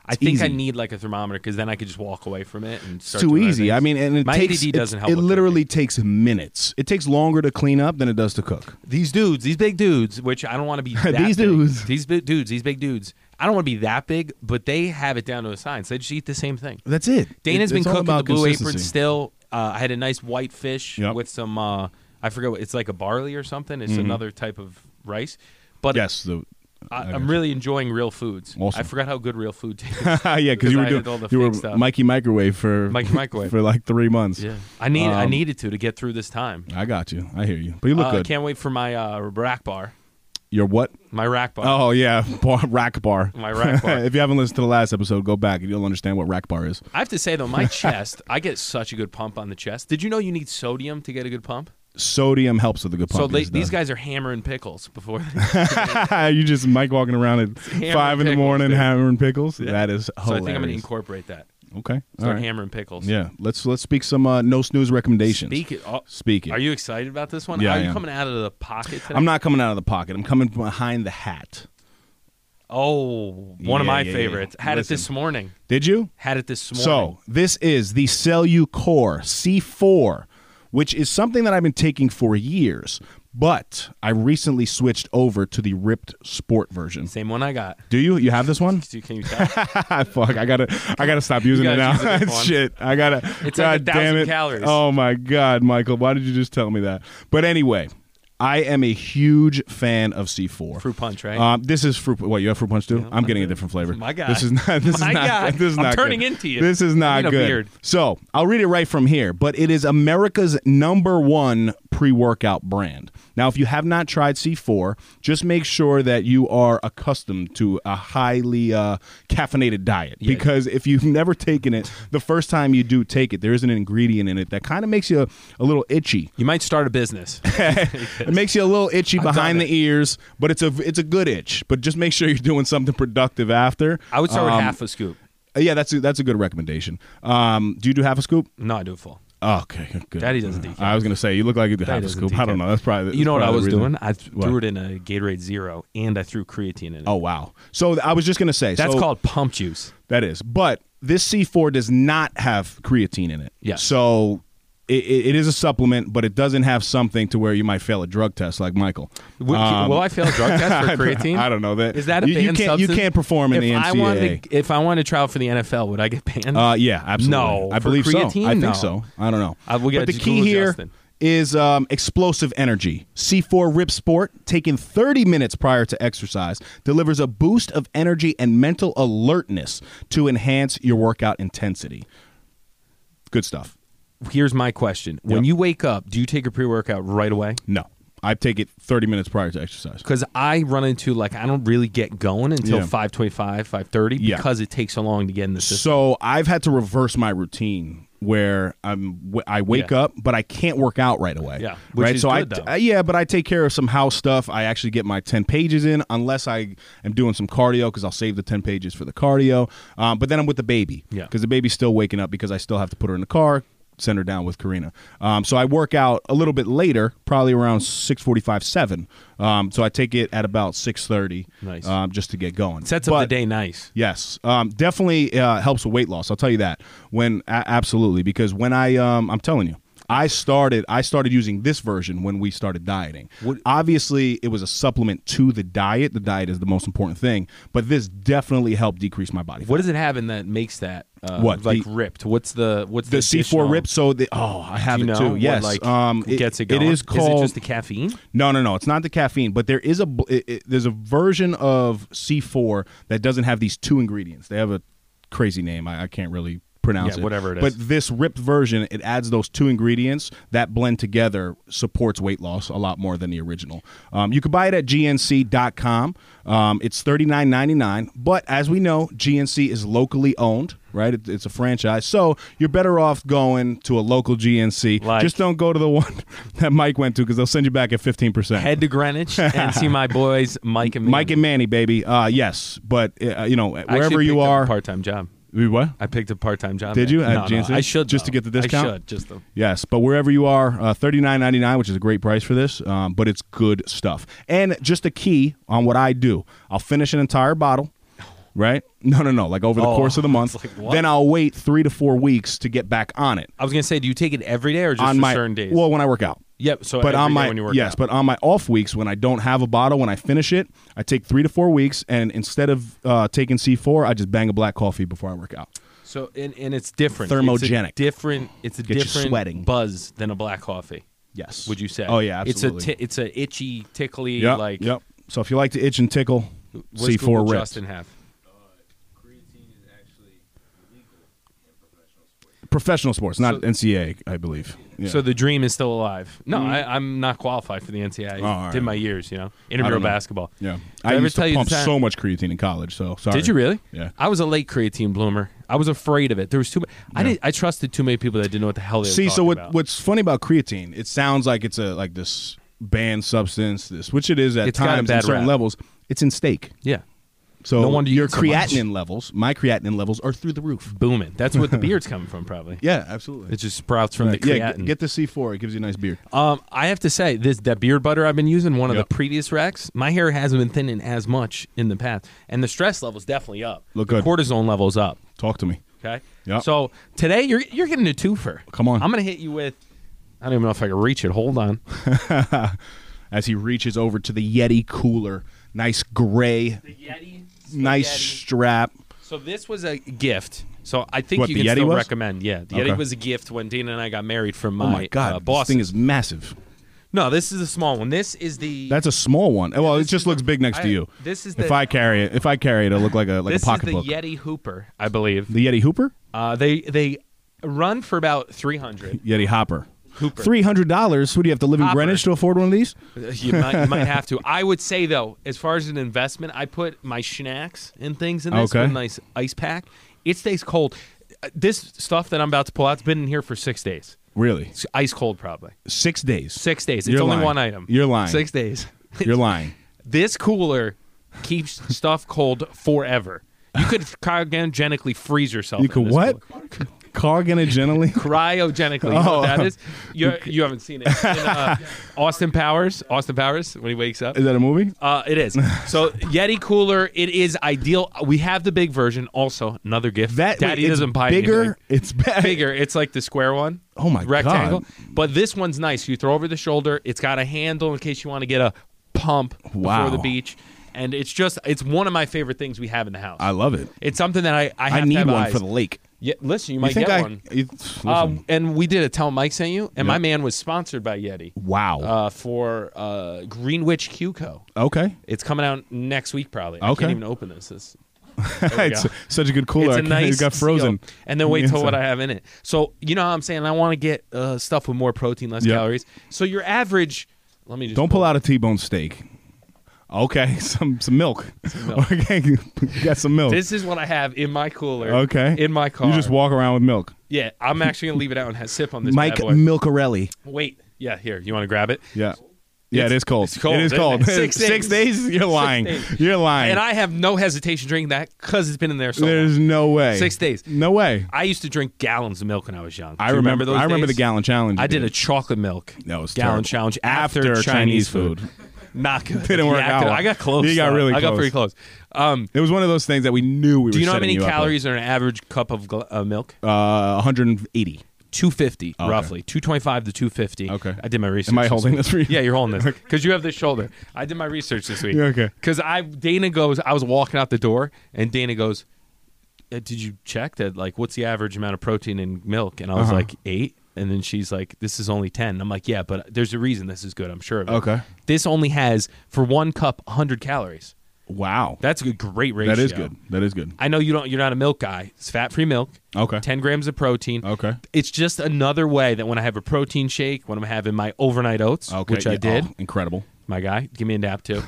A: I think I
B: easy.
A: need like a thermometer because then I could just walk away from it and
B: It's
A: start
B: too
A: doing other
B: easy. I
A: things.
B: mean, and it
A: My
B: takes
A: ADD
B: it-
A: doesn't help
B: It
A: with
B: literally takes minutes. It takes longer to clean up than it does to cook.
A: these dudes, these big dudes, which I don't want to be that
B: These
A: big.
B: dudes.
A: these big dudes, these big dudes. I don't want to be that big, but they have it down to a science. They just eat the same thing.
B: That's it.
A: Dana's
B: It-
A: been
B: it's all
A: cooking the
B: about
A: Blue Apron
B: consistency.
A: still. Uh, I had a nice white fish
B: Yep. Mm-hmm.
A: with some. Uh, I forget what it's like a barley or something. It's another type of rice, but
B: Yes. The,
A: I,
B: I
A: I'm
B: got
A: really enjoying real foods.
B: Awesome.
A: I forgot how good real food tastes.
B: yeah, because you
A: I
B: were
A: did
B: doing
A: all the
B: you were
A: fake stuff.
B: Mikey microwave for
A: Mikey Microwave.
B: for like three months.
A: Yeah, I need I
B: Um,
A: needed to to get through this time.
B: I got you. I hear you. But you look
A: Uh,
B: good.
A: Can't wait for my uh, rack bar,
B: Your what?
A: my rack bar.
B: Oh yeah, bar, rack bar.
A: My rack bar.
B: if you haven't listened to the last episode, go back and you'll understand what rack bar is.
A: I have to say though, my chest, I get such a good pump on the chest. Did you know you need sodium to get a good pump?
B: Sodium helps with a good pump.
A: so they,
B: yes, it
A: these
B: does.
A: guys are hammering pickles before.
B: you just Mike walking around at five in the
A: pickles,
B: morning
A: dude.
B: hammering pickles. That is
A: so I
B: hilarious.
A: think I'm gonna incorporate that.
B: okay. All
A: Start
B: right.
A: hammering pickles.
B: Yeah. Let's let's speak some uh, no snooze recommendations.
A: Speak it. Oh,
B: Speak it.
A: Are you excited about this one?
B: Yeah,
A: Are
B: I
A: you
B: am.
A: coming out of the pocket today?
B: I'm not coming out of the pocket. I'm coming behind the hat.
A: Oh, one of
B: Yeah,
A: my
B: yeah, yeah.
A: favorites. Had it this
B: Listen.
A: morning.
B: Did you?
A: Had it this morning.
B: So this is the Cellucor C4, which is something that I've been taking for years, but I recently switched over to the ripped sport version.
A: same one I got.
B: Do you? You have this one? Ah,
A: So Can you tell?
B: Fuck! I gotta, I gotta stop using
A: You
B: it
A: gotta
B: now.
A: use it this one.
B: Shit! I gotta.
A: It's like
B: God
A: a thousand
B: damn it!
A: calories.
B: Oh my god, Michael! Why did you just tell me that? But anyway, I am a huge fan of C4.
A: Fruit punch, right?
B: Um, this is fruit. What you have fruit punch too? I'm getting a different flavor.
A: My guy.
B: this is not. This
A: My
B: is not.
A: guy.
B: This is
A: I'm
B: not
A: turning
B: good.
A: into you.
B: This is
A: I
B: not
A: need a
B: good.
A: beard.
B: So I'll read it right from here. But it is America's number one pre-workout brand. Now, if you have not tried C4, just make sure that you are accustomed to a highly uh, caffeinated diet. Because if you've never taken it, the first time you do take it, there is an ingredient in it that kind of makes you a, a little itchy.
A: you might start a business.
B: It makes you a little itchy
A: done
B: behind the ears, but it's a it's a good itch. But just make sure you're doing something productive after.
A: I would start with
B: Um,
A: half a scoop.
B: Yeah, that's a, that's a good recommendation. Um, do you do half a scoop?
A: No, I do it full.
B: Oh, Okay, good. Uh,
A: Daddy doesn't decaf.
B: I was gonna say you look like you do
A: Daddy
B: half a
A: doesn't
B: scoop. I don't
A: decaf.
B: know. That's probably that's
A: You know what I
B: probably
A: was
B: the reason.
A: doing? I th-
B: What?
A: threw it in a Gatorade Zero and I threw creatine in it.
B: Oh wow! So th- I was just gonna say
A: That's
B: so-
A: called pump juice.
B: That is, but this C4 does not have creatine in it.
A: Yes.
B: So. It, it it is a supplement, but it doesn't have something to where you might fail a drug test, like Michael.
A: Will,
B: Um,
A: will I fail a drug test for creatine?
B: I don't know that.
A: Is that a
B: you, you
A: banned
B: can't
A: substance?
B: you can't perform in
A: if
B: the NCAA.
A: I wanted to, if I wanted to trial for the NFL, would I get banned?
B: Uh, yeah, absolutely.
A: No,
B: I
A: for
B: believe so.
A: creatine?
B: I think
A: No.
B: so. I don't know.
A: I- we gotta
B: but the
A: just
B: key
A: Google
B: here
A: Justin.
B: is, um, explosive energy. C4 Rip Sport, taken 30 minutes prior to exercise, delivers a boost of energy and mental alertness to enhance your workout intensity. Good stuff.
A: Here's my question: When
B: Yep.
A: you wake up, do you take a pre-workout right away?
B: No, I take it 30 minutes prior to exercise.
A: Because I run into like I don't really get going until
B: Yeah.
A: 525, 530
B: Yeah.
A: because it takes so long to get in the system.
B: So I've had to reverse my routine where I'm w- I wake
A: Yeah.
B: up, but I can't work out right away.
A: Yeah, which
B: right.
A: is
B: so
A: good,
B: I
A: though.
B: uh, yeah, but I take care of some house stuff. I actually get my ten pages in, unless I am doing some cardio because I'll save the ten pages for the cardio. Um, but then I'm with the baby.
A: Yeah.
B: because the baby's still waking up because I still have to put her in the car. Send her down with Karina. Um, so I work out a little bit later, probably around six forty-five, seven. Um, so I take it at about six thirty,
A: Nice.
B: um, just to get going.
A: Sets up
B: But-
A: the day nice.
B: Yes, um, definitely uh, helps with weight loss. I'll tell you that. When a- absolutely, because when I, um, I'm telling you, I started. I started using this version when we started dieting.
A: What-
B: Obviously, it was a supplement to the diet. The diet is the most important thing, but this definitely helped decrease my body. fat.
A: What does it have in that makes that uh,
B: What,
A: like
B: the-
A: ripped? What's the what's
B: the C four
A: additional-
B: rip? So the oh, I have
A: Do you
B: it
A: know
B: too.
A: what,
B: Yes,
A: like
B: it-
A: gets um, it
B: It
A: going.
B: is called
A: Is it just the caffeine?
B: No, no, no. It's not the caffeine, but there is a bl- it, it- there's a version of C4 that doesn't have these two ingredients. They have a crazy name. I, I can't really pronounce
A: Yeah,
B: it.
A: whatever it
B: But
A: is.
B: this ripped version, it adds those two ingredients that blend together supports weight loss a lot more than the original. Um, you can buy it at GNC.com. Um, it's thirty nine ninety nine. But as we know, GNC is locally owned. Right, It- it's a franchise, so you're better off going to a local GNC.
A: Like-
B: Just don't go to the one that Mike went to because they'll send you back at fifteen percent.
A: Head to Greenwich and see my boys Mike and
B: Mike
A: Manny.
B: and Manny, baby. Uh, yes, but uh, you know
A: I actually
B: wherever you
A: picked up a
B: are,
A: part-time job.
B: We what?
A: I picked a part-time job.
B: Did
A: there.
B: you at
A: No, no,
B: GNC?
A: I should
B: Just to
A: though.
B: get the discount?
A: I should just though.
B: Yes, but wherever you are, uh, thirty nine ninety nine, which is a great price for this, um, but it's good stuff. And just a key on what I do: I'll finish an entire bottle, right? No, no, no. Like over the
A: Oh,
B: course of the month,
A: it's like, what?
B: then I'll wait three to four weeks to get back on it.
A: I was gonna say, do you take it every day or just
B: on
A: for
B: my
A: certain days?
B: well, when I work out.
A: yep. So,
B: but
A: every
B: on
A: day
B: my
A: when you work
B: yes,
A: out.
B: but on my off weeks when I don't have a bottle, when I finish it, I take three to four weeks, and instead of uh, taking C four, I just bang a black coffee before I work out.
A: so and, and it's different.
B: Thermogenic.
A: It's a different. It's a
B: Get you
A: different
B: sweating.
A: buzz than a black coffee.
B: Yes.
A: Would you say?
B: Oh yeah, absolutely.
A: It's a ti it's a itchy, tickly
B: yep,
A: like.
B: yep. So if you like to itch and tickle,
A: What does
B: C four
A: Google
B: rips.
A: Justin have?
B: Professional sports, not
A: So-
B: NCAA, I believe. Yeah.
A: So the dream is still alive. No, I, I'm not qualified for the NCAA.
B: Oh, all right.
A: Did my years, you know,
B: I
A: intramural
B: don't know.
A: basketball.
B: yeah,
A: Did
B: I,
A: ever
B: used
A: tell
B: to
A: you the
B: pump
A: time-
B: so much creatine in college. So sorry.
A: Did you really?
B: Yeah.
A: I was a late creatine bloomer. I was afraid of it. There was too. Much, I didn't. I trusted too many people that didn't know what the hell they were
B: See, so
A: talking
B: what,
A: about.
B: what's funny about creatine? It sounds like it's a like this banned substance, this which it is at
A: It's got a
B: times
A: bad
B: at certain
A: rap.
B: levels. It's in steak.
A: yeah,
B: So
A: No wonder you
B: your
A: eat so much.
B: creatinine levels, my creatinine levels are through the roof.
A: booming. That's what the beard's coming from, probably.
B: Yeah, absolutely.
A: It just sprouts from the
B: yeah,
A: creatine.
B: get, get the C4. It gives you a nice beard.
A: um, I have to say this that beard butter I've been using one of
B: Yep.
A: the previous racks. My hair hasn't been thinning as much in the past, and the stress level's definitely up.
B: Look
A: the
B: good.
A: Cortisone levels up.
B: Talk to me.
A: Okay.
B: Yep.
A: So today you're you're getting a twofer.
B: Come on.
A: I'm gonna hit you with. I don't even know if I can reach it. Hold on.
B: As he reaches over to the Yeti cooler, nice gray,
A: The Yeti.
B: nice
A: spaghetti.
B: strap.
A: So this was a gift. So I think
B: What,
A: you
B: the
A: can
B: Yeti
A: still
B: was?
A: recommend. Yeah, the Yeti
B: Okay.
A: was a gift when Dina and I got married from my,
B: Oh my god,
A: uh,
B: this
A: boss.
B: thing is massive.
A: No, this is a small one. This is the
B: That's a small one. Well, it
A: this
B: just
A: is-
B: looks big next
A: I-
B: to you.
A: this is
B: if
A: the-
B: I carry it. If I carry it, it'll look like a like
A: this
B: a
A: is the
B: pocketbook.
A: Yeti Hooper, I believe.
B: the Yeti Hooper,
A: Uh, they they run for about three hundred.
B: Yeti Hopper.
A: Hooper.
B: Three hundred dollars. What do you have to live in
A: Hopper.
B: Greenwich to afford one of these?
A: you, might, you might have to. I would say though, as far as an investment, I put my snacks and things in this
B: Okay.
A: with a nice ice pack. It stays cold. Uh, This stuff that I'm about to pull out's been in here for six days.
B: Really?
A: It's ice cold, probably
B: Six days.
A: six days. It's
B: You're
A: only
B: lying.
A: one item.
B: You're lying.
A: Six days.
B: You're lying.
A: this cooler keeps stuff cold forever. You could cryogenically freeze yourself.
B: You
A: in
B: could
A: this
B: what?
A: cooler.
B: Carganogenally?
A: cryogenically. You know
B: Oh.
A: what that is? You you haven't seen it. In, uh, Austin Powers. Austin Powers when he wakes up.
B: Is that a movie?
A: Uh, it is. So Yeti cooler. It is ideal. We have the big version. Also, another gift.
B: That
A: Daddy
B: wait, it's
A: doesn't buy
B: bigger.
A: anything.
B: It's bad.
A: Bigger. It's like the square one.
B: Oh my God.
A: rectangle. But this one's nice. You throw over the shoulder. It's got a handle in case you want to get a pump
B: Wow.
A: before the beach. And it's just it's one of my favorite things we have in the house.
B: I love it.
A: it's something that I I,
B: I
A: have to
B: need
A: have
B: one
A: eyes.
B: for the lake.
A: Yeah, listen, you
B: You
A: might
B: think
A: get
B: I?
A: one.
B: you- listen.
A: Uh, and we did a tell Mike sent you, and my man was sponsored by Yeti
B: wow.
A: uh, for uh, Greenwich QCo.
B: okay.
A: It's coming out next week, probably. I
B: Okay.
A: can't even open this. It's,
B: it's
A: go.
B: such a good cooler.
A: it's a
B: I can't-
A: nice.
B: it got frozen.
A: seal. And then wait
B: Yeah,
A: till
B: so-
A: what I have in it. So you know how I'm saying I want to get uh, stuff with more protein, less
B: Yeah.
A: calories. So your average. Let me just
B: Don't pull out a T-bone steak. Okay, some some milk.
A: milk.
B: okay, got some milk.
A: This is what I have in my cooler.
B: okay,
A: In my car.
B: You just walk around with milk.
A: Yeah, I'm actually gonna leave it out and have sip on this
B: Mike
A: bad boy.
B: Milcarelli.
A: Wait. Yeah, here. You want to grab it?
B: Yeah, yeah,
A: It's-
B: it is cold.
A: it's cold,
B: It is
A: isn't
B: cold.
A: it? Six days.
B: You're lying.
A: days.
B: You're lying.
A: And I have no hesitation drinking that because it's been in there so long.
B: There's no way.
A: Six days.
B: No way.
A: I used to drink gallons of milk when I was young. Do
B: I
A: you remember, those.
B: I remember
A: days?
B: the gallon challenge.
A: I
B: you
A: did a chocolate milk
B: That was
A: gallon
B: terrible.
A: challenge after,
B: After
A: Chinese,
B: Chinese
A: food.
B: food.
A: Not good.
B: Didn't work
A: Yeah, I could-
B: out.
A: I got close.
B: You got
A: though.
B: really
A: I got
B: close.
A: pretty close. Um,
B: It was one of those things that we knew we were.
A: do you know how
B: setting
A: many
B: you up with.
A: calories are in an average cup of gl- uh, milk?
B: Uh, 180.
A: 250,
B: okay.
A: roughly. 225 to 250.
B: Okay.
A: I did my research.
B: Am I
A: this
B: holding
A: week.
B: this for you?
A: Yeah, you're holding this. Because you have this shoulder. I did my research this week.
B: Yeah, okay.
A: Because I Dana goes, I was walking out the door, and Dana goes, "Uh, Did you check that? Like, what's the average amount of protein in milk? And I was
B: Uh-huh.
A: like, Eight. And then she's like, This is only 10. And I'm like, Yeah, but there's a reason this is good. I'm sure of it.
B: Okay.
A: This only has, for one cup, 100 calories.
B: Wow.
A: That's a great ratio.
B: that is good. That is good.
A: I know you don't. You're not a milk guy. It's fat-free milk.
B: Okay.
A: Ten grams of protein.
B: Okay.
A: It's just another way that when I have a protein shake, when I'm having my overnight oats,
B: Okay.
A: which I
B: yeah,
A: did,
B: oh, incredible.
A: my guy, give me a nap too.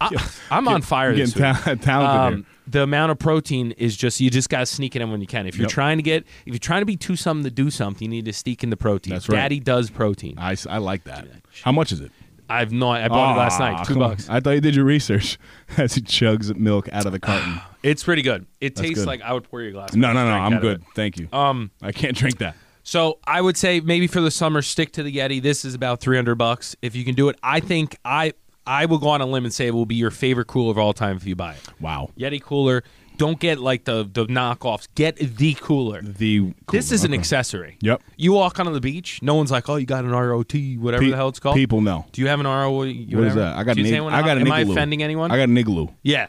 A: I, I'm on fire
B: You're
A: this
B: getting
A: week.
B: ta- talented
A: Um, the amount of protein is just you just gotta sneak it in when you can. If you're
B: Yep.
A: trying to get, if you're trying to be too something to do something, you need to sneak in the protein.
B: That's right.
A: Daddy does protein.
B: here. I, s- I like that. How much is it?
A: I've not. I bought it last
B: Ah,
A: night. Two
B: come on.
A: bucks.
B: I thought you did your research as he chugs milk out of the carton.
A: It's pretty good. It tastes
B: good.
A: like I would pour you a glass. of
B: no,
A: milk
B: no, no.
A: drink out
B: I'm
A: of it.
B: good. Thank you. Um, I can't drink that.
A: So I would say maybe for the summer, stick to the Yeti. This is about three hundred bucks if you can do it. I think I I will go on a limb and say it will be your favorite cooler of all time if you buy it.
B: Wow.
A: Yeti cooler. Don't get like the the knockoffs. Get the cooler.
B: The
A: This is an
B: okay.
A: accessory.
B: Yep.
A: You walk onto the beach. No one's like, oh, you got an ROT, whatever
B: Pe-
A: the hell it's called.
B: People know.
A: Do you have an ROT? What
B: What is that? I got an. ig- I got an
A: Am I
B: igloo.
A: offending anyone?
B: I got an igloo.
A: yeah.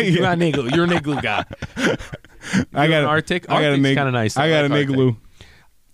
A: you got an igloo. You're an igloo guy.
B: I got
A: an
B: a-
A: Arctic?
B: I got an
A: Arctic's
B: ig-
A: kinda nice.
B: I
A: I
B: got
A: like
B: an
A: Arctic.
B: igloo.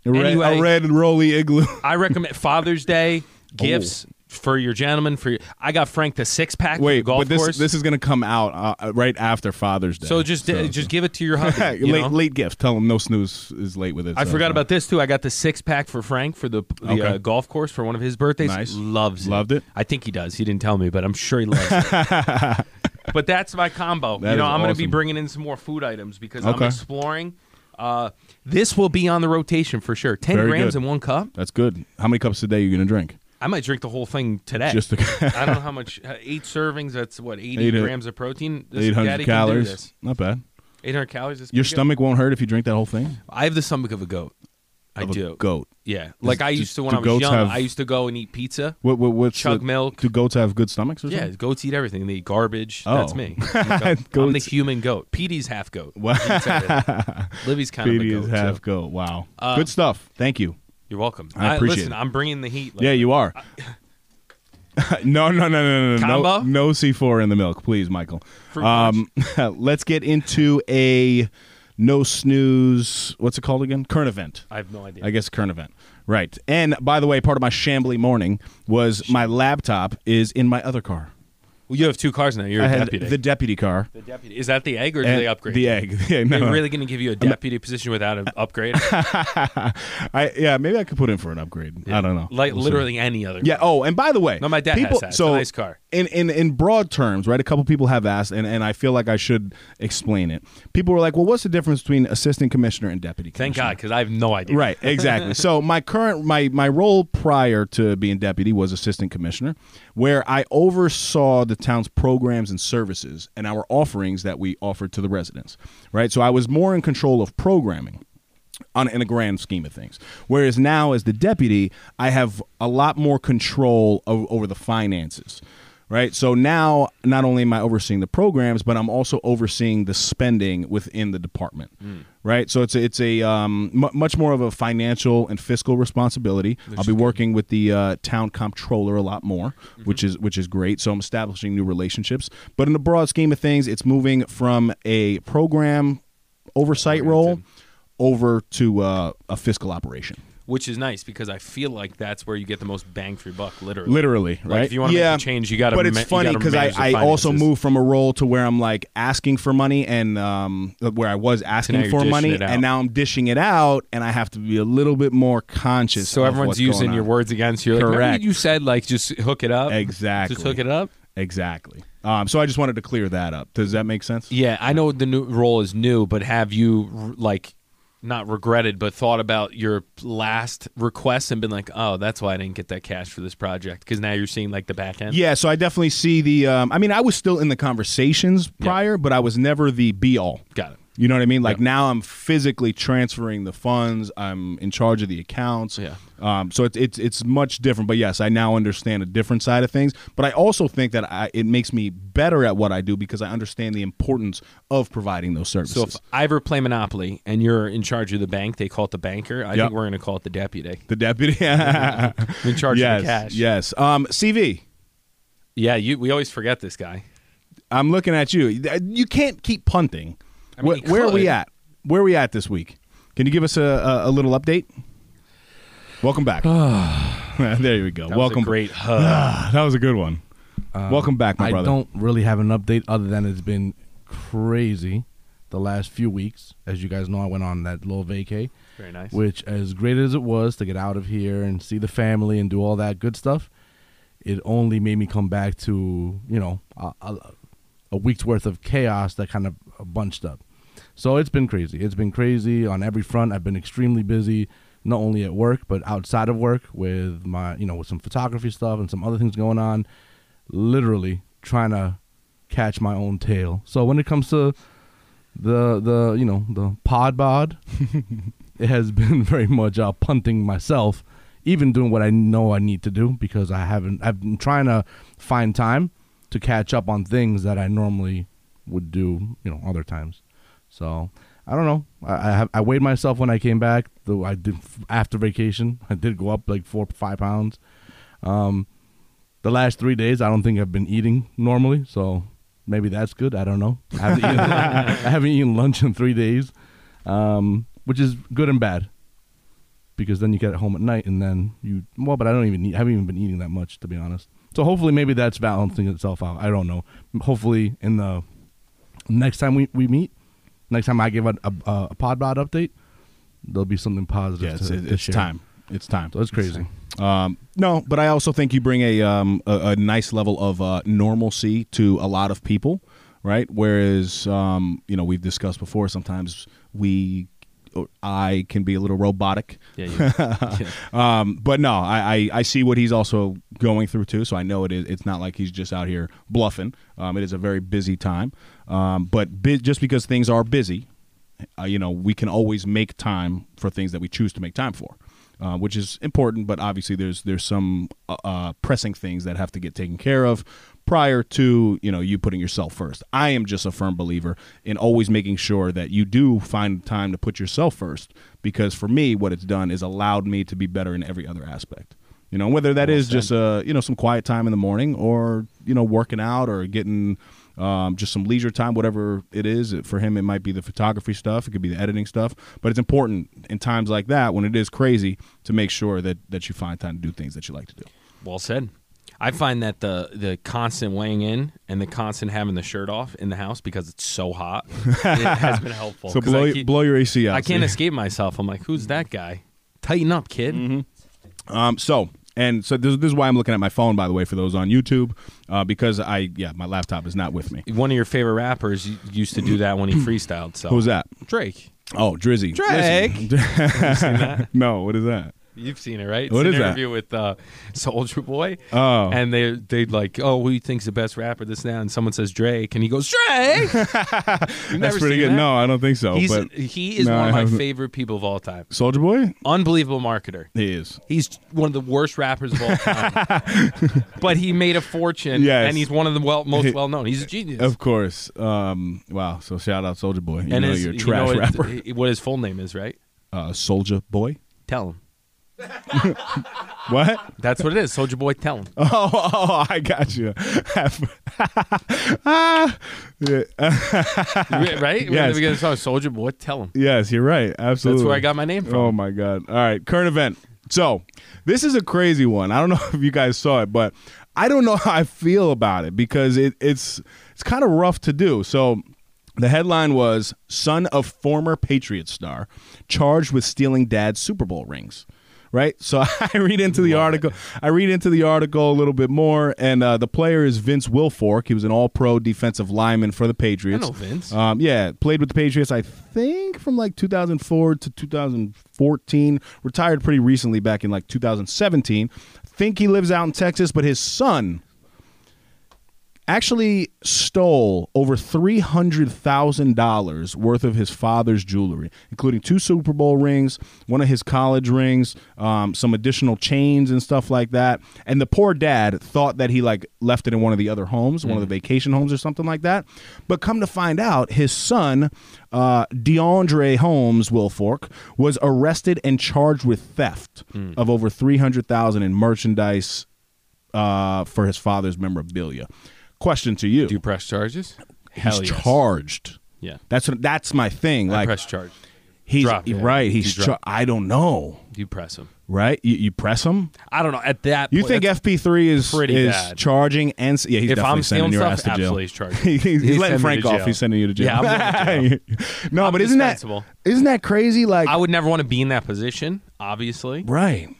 B: A red, a
A: Anyway.
B: red and rolly igloo.
A: I recommend Father's Day
B: Oh.
A: gifts for your gentlemen. For your, I got Frank the six pack. for the
B: Wait,
A: golf
B: but this
A: course.
B: this is gonna come out uh, right after Father's Day.
A: so just just give it to your husband. you
B: late
A: know?
B: late gift. Tell him no snooze is late with it.
A: I forgot about this too. I got the six pack for Frank for the, the
B: Okay.
A: uh, golf course for one of his birthdays.
B: Nice.
A: Loves it.
B: Loved it?
A: I think he does. He didn't tell me, but I'm sure he loves it. but that's my combo.
B: That
A: you know,
B: is
A: I'm going to be
B: awesome.
A: bringing in some more food items because I'm
B: Okay.
A: exploring. Uh, this will be on the rotation for sure. Ten
B: Very
A: grams
B: good.
A: in one cup.
B: That's good. How many cups a day are you gonna drink?
A: I might drink the whole thing today.
B: Just the-
A: I don't know how much. uh, Eight servings. That's what eighty
B: Eight-
A: grams of protein. This daddy
B: Eight hundred
A: can do
B: calories.
A: this.
B: Not bad.
A: 800 calories. Is
B: Your
A: pretty good.
B: stomach won't hurt if you drink that whole thing.
A: I have the stomach of a goat. I
B: Of a
A: do.
B: goat.
A: Yeah. Like I
B: do-
A: used to when
B: do
A: I was
B: goats
A: young.
B: have-
A: I used to go and eat pizza.
B: What what what's
A: Chug
B: the-
A: milk.
B: Do goats have good stomachs or
A: Yeah,
B: something?
A: goats eat everything. They eat garbage.
B: Oh.
A: That's me. I'm a goat. I'm the
B: Goats-
A: human goat. Petey's half goat.
B: Wow.
A: He eats everything. Libby's kind
B: Petey
A: of
B: is
A: a goat.
B: half
A: too. Uh,
B: goat. Wow. good stuff. Thank you.
A: You're welcome.
B: I appreciate
A: listen,
B: it.
A: I'm bringing the heat.
B: Yeah, you are. no, no, no, no, no, no,
A: Combo?
B: no C four in the milk, please, Michael.
A: Fruit
B: Um, let's get into a no snooze. What's it called again? Current event.
A: I have no idea.
B: I guess current event. Right. And by the way, part of my shambly morning was my laptop is in my other car.
A: Well, you have two cars now. You're
B: I
A: a
B: had
A: deputy.
B: the deputy car.
A: The deputy. Is that the egg or do
B: and
A: they upgrade?
B: The egg. Yeah, no.
A: They're really going to give you a deputy position without an upgrade?
B: I yeah, maybe I could put in for an upgrade. I don't know.
A: Like
B: We'll see.
A: literally any other.
B: Oh, Yeah. Oh, and by the way,
A: No, my dad has
B: people,
A: that. It's a
B: So
A: nice car.
B: In, in in broad terms, right? A couple people have asked, and, and I feel like I should explain it. People were like, "Well, what's the difference between assistant commissioner and deputy?"
A: Thank
B: commissioner?
A: God, because I have no idea.
B: oh, Right, exactly. so my current my my role prior to being deputy was assistant commissioner, where I oversaw the town's programs and services and our offerings that we offered to the residents. Right, so I was more in control of programming. On, in a grand scheme of things, whereas now as the deputy, I have a lot more control o- over the finances, right? So now, not only am I overseeing the programs, but I'm also overseeing the spending within the department, right? So it's a, it's a um, mu much more of a financial and fiscal responsibility. I'll be working with the uh, town comptroller a lot more, which is which is great. So I'm establishing new relationships. But in the broad scheme of things, it's moving from a program oversight role over to uh, a fiscal operation.
A: Which is nice because I feel like that's where you get the most bang for your buck, literally.
B: Literally,
A: Like,
B: right?
A: if you wanna make a change, you gotta
B: But it's
A: ma- you
B: funny
A: gotta
B: because I,
A: manage the
B: I also
A: finances.
B: moved from a role to where I'm like asking for money and um, where I was
A: now
B: asking
A: you're
B: for
A: dishing
B: money,
A: it out.
B: and now I'm dishing it out, and I have to be a little bit more conscious.
A: So
B: of
A: everyone's
B: what's going
A: using
B: on.
A: your words against you. Like, remember
B: Correct.
A: You said, like, just hook it up.
B: Exactly.
A: Just hook it up.
B: Exactly. Um, so I just wanted to clear that up. Does that make sense?
A: Yeah, I know the new role is new, but have you r- like not regretted, but thought about your last request and been like, oh, that's why I didn't get that cash for this project because now you're seeing like the back end.
B: Yeah, so I definitely see the. Um, I mean, I was still in the conversations prior, but I was never the be all.
A: got it.
B: You know what I mean? Like now I'm physically transferring the funds. I'm in charge of the accounts.
A: Yeah.
B: Um, so it's it's it's much different. But yes, I now understand a different side of things. But I also think that I, it makes me better at what I do because I understand the importance of providing those
A: So if
B: services.
A: I ever play Monopoly and you're in charge of the bank, they call it the banker. I
B: Yep.
A: think we're going to call it the deputy.
B: the deputy in
A: I'm in charge
B: yes,
A: of the cash.
B: Yes. Um, CV.
A: yeah. You, we always forget this guy.
B: I'm looking at you. You can't keep punting.
A: I mean,
B: Wh-
A: you
B: where, are we
A: could.
B: at? Where are we at this week? Can you give us a, a, a little update? Welcome back. there we go.
A: That was a
B: Welcome.
A: great uh, um, hug.
B: Ah, that was a good one. Welcome back, my
C: I
B: brother.
C: don't really have an update other than it's been crazy the last few weeks. As you guys know, I went on that little vacay,
A: Very nice.
C: which, as great as it was to get out of here and see the family and do all that good stuff, it only made me come back to you know a, a, a week's worth of chaos that kind of bunched up. So it's been crazy. It's been crazy on every front. I've been extremely busy, not only at work but outside of work with my you know with some photography stuff and some other things going on. Literally trying to catch my own tail. So when it comes to the the you know the pod bod, it has been very much uh, punting myself, even doing what I know I need to do because I haven't. I've been trying to find time to catch up on things that I normally would do, you know, other times. So I don't know. I I, have, I weighed myself when I came back. Though I did after vacation, I did go up like four five pounds. Um, the last three days, I don't think I've been eating normally, so maybe that's good. I don't know. I haven't eaten, I haven't eaten lunch in three days, um, which is good and bad because then you get home at night and then you well, but I don't even eat, I haven't even been eating that much to be honest. So hopefully, maybe that's balancing itself out. I don't know. Hopefully, in the next time we, we meet, next time I give a, a, a Podbot update, there'll be something positive.
B: Yeah, it's,
C: to, to
B: it's
C: share.
B: time. It's time.
C: So it's crazy.
B: Um, no, but I also think you bring a um, a, a nice level of uh, normalcy to a lot of people, right? Whereas um, you know we've discussed before, sometimes we or I can be a little robotic.
A: yeah, you,
B: Um, but no, I, I, I see what he's also going through too. So I know it is. It's not like he's just out here bluffing. Um, it is a very busy time. Um, but bu- just because things are busy, uh, you know, we can always make time for things that we choose to make time for, uh, which is important. But obviously, there's there's some uh, uh, pressing things that have to get taken care of prior to you know you putting yourself first. I am just a firm believer in always making sure that you do find time to put yourself first, because for me, what it's done is allowed me to be better in every other aspect. You know, whether that is just uh, you know some quiet time in the morning, or you know working out, or getting um, just some leisure time, whatever it is. For him, it might be the photography stuff, it could be the editing stuff. But it's important in times like that when it is crazy to make sure that that you find time to do things that you like to do.
A: Well said. I find that the the constant weighing in and the constant having the shirt off in the house because it's so hot it has been helpful.
B: So
A: 'Cause
B: blow,
A: I, keep-
B: blow your AC out.
A: I can't
B: Steve.
A: escape myself. I'm like, who's that guy? Tighten up, kid.
B: Mm-hmm. Um, so and so this, this is why I'm looking at my phone, by the way, for those on YouTube, uh, because I yeah, my laptop is not with me.
A: One of your favorite rappers y- used to do that when he freestyled. So
B: Who's that?
A: Drake.
B: Oh, Drizzy.
A: Drake.
B: Listen. no, what is that?
A: You've seen it, right? It's
B: What
A: an
B: is that?
A: interview with uh, Soldier Boy.
B: Oh.
A: and they they like, oh, who you think's the best rapper? This now, and someone says Drake, and he goes Drake.
B: That's pretty good. No, I don't think so.
A: he's
B: but
A: he is
B: No, I
A: one of my
B: haven't.
A: favorite people of all time.
B: Soldier Boy,
A: Unbelievable marketer.
B: he is.
A: He's one of the worst rappers of all time, but he made a fortune,
B: Yes.
A: and he's one of the well, most well known. He's a genius.
B: Of course. Um, wow. So shout out Soldier Boy. You
A: and
B: know
A: his-
B: you're a
A: you
B: trash
A: know his-
B: rapper.
A: he- what his full name is, right?
B: uh, Soldier Boy.
A: Tell him.
B: What?
A: That's what it is. Soldier Boy, tell him.
B: Oh, oh, I got you. Ah, yeah, uh,
A: right?
B: Yes.
A: We're gonna Soldier Boy, tell him.
B: yes, you're right. Absolutely.
A: That's where I got my name from.
B: Oh my god! All right, current event. So this is a crazy one. I don't know if you guys saw it, but I don't know how I feel about it because it, it's it's kind of rough to do. So the headline was "Son of former Patriot star charged with stealing dad's Super Bowl rings." Right, so I read into the article. I read into the article a little bit more, and uh, the player is Vince Wilfork. He was an All-Pro defensive lineman for the Patriots.
A: know Vince.
B: Um, yeah, played with the Patriots, I think, from like 2004 to 2014. Retired pretty recently, back in like 2017. Think he lives out in Texas, but his son actually stole over $300,000 worth of his father's jewelry, including two Super Bowl rings, one of his college rings, um, some additional chains and stuff like that. And the poor dad thought that he like left it in one of the other homes, one of the vacation homes or something like that. But come to find out, his son, uh, DeAndre Holmes Wilfork, was arrested and charged with theft of over 300,000 in merchandise uh, for his father's memorabilia. Question to you:
A: Do you press charges?
B: He's charged.
A: Yeah.
B: That's what, that's my thing.
A: I
B: Like
A: press charge.
B: he's
A: drop, yeah.
B: right. He's
A: You
B: char-
A: drop.
B: I don't know.
A: Do you press him?
B: Right? You, you press him.
A: I don't know. At that,
B: You
A: point,
B: think
A: that's-
B: FP three is
A: pretty
B: is
A: bad.
B: charging and s- yeah? He's
A: if
B: definitely
A: I'm
B: sending
A: stealing
B: your
A: stuff,
B: ass to jail.
A: absolutely he's charging.
B: He's, he's
A: sending me
B: letting Frank
A: to
B: off.
A: jail.
B: He's sending you to jail.
A: Yeah, I'm going to jail.
B: no,
A: I'm
B: but isn't that
A: dispensable.
B: isn't that crazy? Like
A: I would never want to be in that position. Obviously,
B: Right.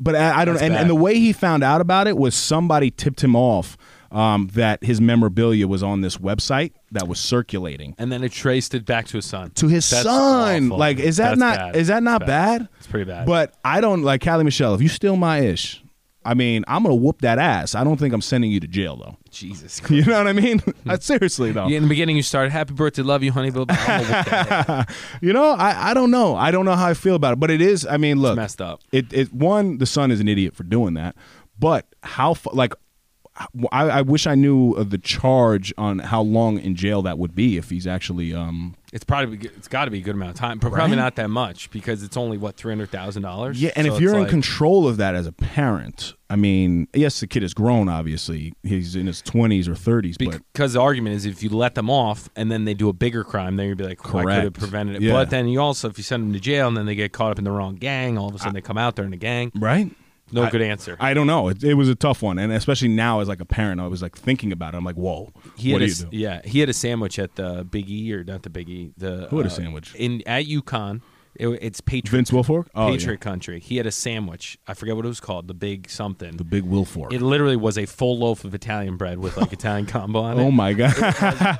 B: But I, I don't know.
A: That's
B: And,
A: bad.
B: and the way he found out about it was somebody tipped him off um, that his memorabilia was on this website that was circulating
A: and then it traced it back to his son.
B: to his
A: That's
B: son.
A: awful.
B: Like, is that
A: That's
B: not
A: bad.
B: is that not
A: It's
B: bad?
A: It's pretty bad.
B: But I don't like Callie Michelle. If you steal my ish, I mean, I'm gonna whoop that ass. I don't think I'm sending you to jail though.
A: Jesus, Christ.
B: You know what I mean? I- Seriously though.
A: in the beginning you started "Happy Birthday, Love You, Honey Boo." Boo." I'm gonna whoop that ass.
B: You know, I, I don't know. I don't know how I feel about it, but it is. I mean, look,
A: messed up.
B: It, it one, the son is an idiot for doing that, but how fu- like I, I wish I knew uh, the charge on how long in jail that would be if he's actually um
A: It's probably it's got to be a good amount of time, but probably not that much because it's only what three hundred thousand dollars.
B: yeah. And if you're in control of that as a parent, I mean, yes, the kid is grown. Obviously, he's in his twenties or thirties, but
A: because the argument is if you let them off and then they do a bigger crime, then you'd be like, well, I could have
B: Correct.
A: prevented it.
B: Yeah.
A: But then you also, if you send them to jail and then they get caught up in the wrong gang, all of a sudden they come out there in a gang.
B: right.
A: No good answer.
B: I don't know. It, it was a tough one, and especially now as like a parent, I was like thinking about it. I'm like, whoa,
A: he
B: what
A: had a,
B: do you
A: s-
B: do?
A: Yeah, he had a sandwich at the Big E or not the Big E. The
B: Who had a sandwich?
A: in at UConn. It, it's Patriot
B: Vince Wilfork, oh,
A: Patriot
B: yeah.
A: Country. He had a sandwich. I forget what it was called. The Big something.
B: the big Wilfork.
A: it literally was a full loaf of Italian bread with like Italian combo on it.
B: Oh my god.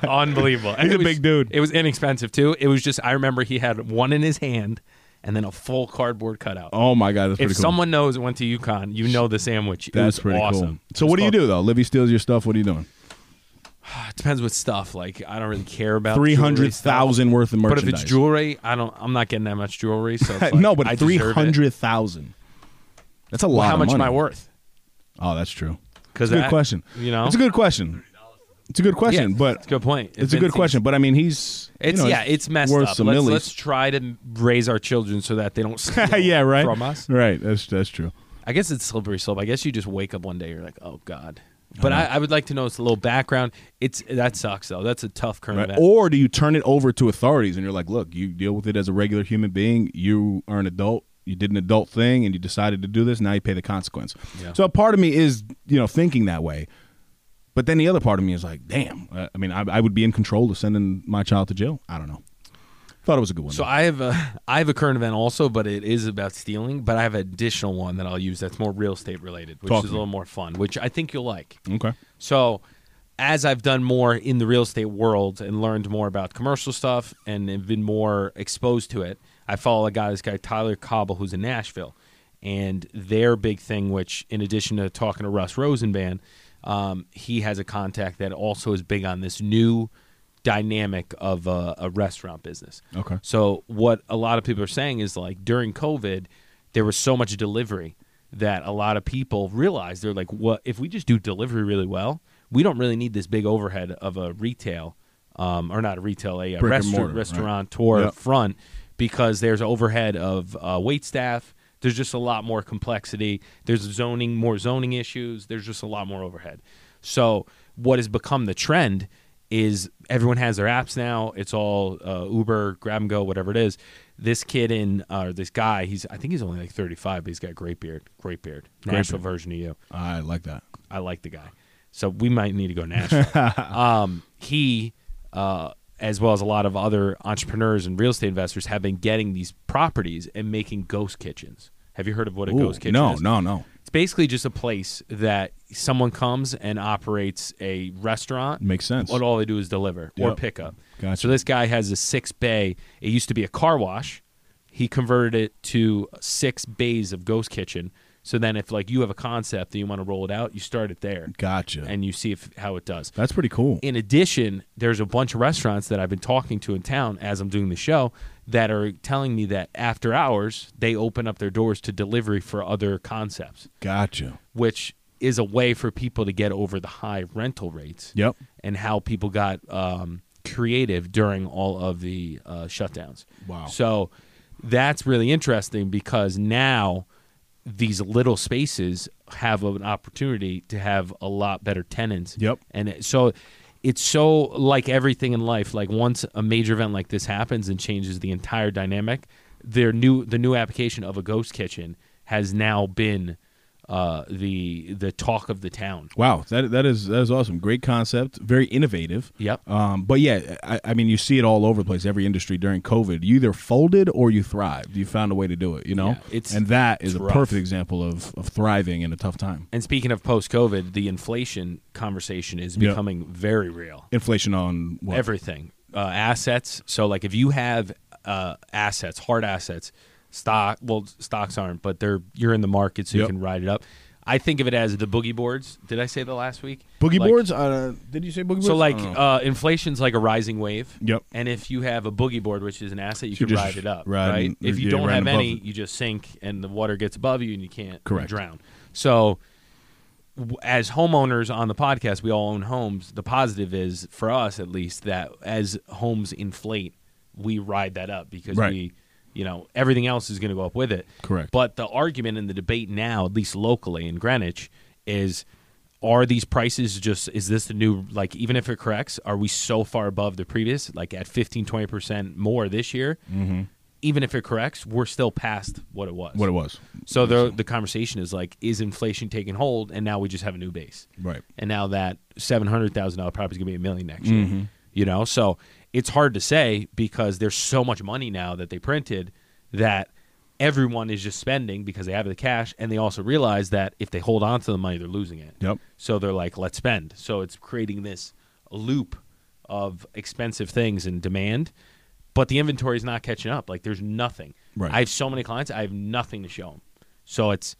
A: Unbelievable. And
B: He's
A: it
B: a big dude.
A: It was inexpensive too. It was just I remember he had one in his hand and then a full cardboard cutout.
B: Oh my god, that's
A: if
B: pretty cool.
A: someone knows it went to UConn, you know the sandwich. It
B: that's
A: was
B: pretty cool.
A: awesome.
B: So what do you do though? Livy steals your stuff. What are you doing?
A: ah, It depends what stuff. Like I don't really care about
B: Three
A: jewelry
B: hundred
A: stuff.
B: thousand worth of
A: But
B: merchandise.
A: if it's jewelry, I don't. I'm not getting that much jewelry. So it's like,
B: no, but
A: I
B: three
A: deserve it.
B: hundred thousand. That's a lot.
A: Well, how
B: of
A: much
B: money.
A: am I worth?
B: Oh, that's true.
A: 'Cause
B: It's a good
A: that-
B: question.
A: you know?
B: it's a good question. It's a good
A: Yeah,
B: question, but
A: it's a good point. If
B: it's a good
A: Vincey's-
B: question. But I mean, he's you
A: It's
B: know,
A: yeah, it's messed
B: worth
A: up.
B: Some
A: let's,
B: millies.
A: let's try to raise our children so that they don't steal
B: yeah, right.
A: from us.
B: Right. That's that's true.
A: I guess it's slippery slope. I guess you just wake up one day, you're like, oh god, But I, I would like to know it's a little background. It's that sucks though. That's a tough current
B: Right. Oh.
A: event.
B: Or do you turn it over to authorities and you're like, look, you deal with it as a regular human being. You are an adult. You did an adult thing and you decided to do this. Now you pay the consequence.
A: Yeah.
B: So a part of me is, you know, thinking that way. But then the other part of me is like, damn. Uh, I mean, I, I would be in control of sending my child to jail. I don't know. Thought it was a good one.
A: So
B: though.
A: I have a I have a current event also, but it is about stealing. But I have an additional one that I'll use that's more real estate related, which
B: Talk
A: is
B: to
A: a
B: me.
A: little more fun, which I think you'll like.
B: okay.
A: So as I've done more in the real estate world and learned more about commercial stuff and have been more exposed to it, I follow a guy, this guy Tyler Cobble, who's in Nashville, and their big thing, which in addition to talking to Russ Rosenban, um, he has a contact that also is big on this new dynamic of a, a restaurant business.
B: Okay.
A: So what a lot of people are saying is like during COVID, there was so much delivery that a lot of people realized they're like, what if we just do delivery really well? We don't really need this big overhead of a retail, um, or not a retail, a, uh,
B: Brick and
A: restaurant,
B: mortar, right.
A: restaurateur
B: Yep.
A: front because there's overhead of uh, wait staff. There's just a lot more complexity. There's zoning, more zoning issues. There's just a lot more overhead. So what has become the trend is everyone has their apps now. It's all uh, Uber, Grab and Go, whatever it is. This kid in uh, or this guy, he's I think he's only like 35, but he's got great beard, great beard,
B: Great
A: national
B: beard.
A: version of you.
B: I like that.
A: I like the guy. So we might need to go national. um, he, uh, as well as a lot of other entrepreneurs and real estate investors, have been getting these properties and making ghost kitchens. Have you heard of what a
B: Ooh,
A: ghost kitchen
B: no,
A: is?
B: no, no.
A: It's basically just a place that someone comes and operates a restaurant.
B: Makes sense.
A: What all they do is deliver or
B: Yep.
A: pick up.
B: Gotcha.
A: So this guy has a six bay. It used to be a car wash. He converted it to six bays of ghost kitchen. So then, if like you have a concept and you want to roll it out, you start it there
B: Gotcha.
A: and you see if, how it does.
B: That's pretty cool.
A: In addition, there's a bunch of restaurants that I've been talking to in town as I'm doing the show that are telling me that after hours they open up their doors to delivery for other concepts,
B: Gotcha.
A: which is a way for people to get over the high rental rates
B: Yep.
A: and how people got um, creative during all of the uh, shutdowns.
B: Wow.
A: So that's really interesting because now these little spaces have an opportunity to have a lot better tenants.
B: Yep.
A: And it, so it's so like everything in life. Like once a major event like this happens and changes the entire dynamic, their new the new application of a ghost kitchen has now been uh, the the talk of the town.
B: Wow, that that is that is awesome. Great concept, very innovative.
A: Yep.
B: Um, but yeah, I, I mean, you see it all over the place. Every industry during COVID, you either folded or you thrived. You found a way to do it. You know,
A: Yeah, it's-
B: and that is
A: it's
B: a
A: rough.
B: perfect example of of thriving in a tough time.
A: And speaking of post COVID, the inflation conversation is
B: Yeah.
A: becoming very real.
B: Inflation on what?
A: Everything, uh, assets. So, like, if you have uh, assets, hard assets, stock. Well, stocks aren't, but they're you're in the market, so
B: Yep.
A: you can ride it up. I think of it as the boogie boards. Did I say that last week?
B: boogie
A: Like-
B: boards. Uh, did you say boogie boards?
A: So, like,
B: I don't know.
A: uh, inflation's like a rising wave.
B: Oh. Yep.
A: And if you have a boogie board, which is an asset, you
B: So
A: can
B: you're
A: ride
B: just
A: it up,
B: riding-
A: right? If you
B: yeah,
A: don't
B: riding
A: have
B: above
A: any,
B: it.
A: you just sink, and the water gets above you, and you can't
B: Correct.
A: drown. So, w- as homeowners on the podcast, we all own homes. The positive is for us, at least, that as homes inflate, we ride that up because
B: Right.
A: we, you know, everything else is going to go up with it.
B: Correct.
A: But the argument and the debate now, at least locally in Greenwich, is are these prices just is this the new like even if it corrects are we so far above the previous like at 15 20% more this year even if it corrects we're still past what it was
B: Mm-hmm. what it was.
A: so the the conversation is like, is inflation taking hold, and now we just have a new base,
B: Right.
A: And now that seven hundred thousand dollar property is going to be a million next year.
B: Mm-hmm.
A: You know, so it's hard to say because there's so much money now that they printed that everyone is just spending because they have the cash, and they also realize that if they hold on to the money, they're losing it.
B: Yep.
A: So they're like, let's spend. So it's creating this loop of expensive things and demand, but the inventory is not catching up. Like there's nothing.
B: Right.
A: I have so many clients, I have nothing to show them. So it's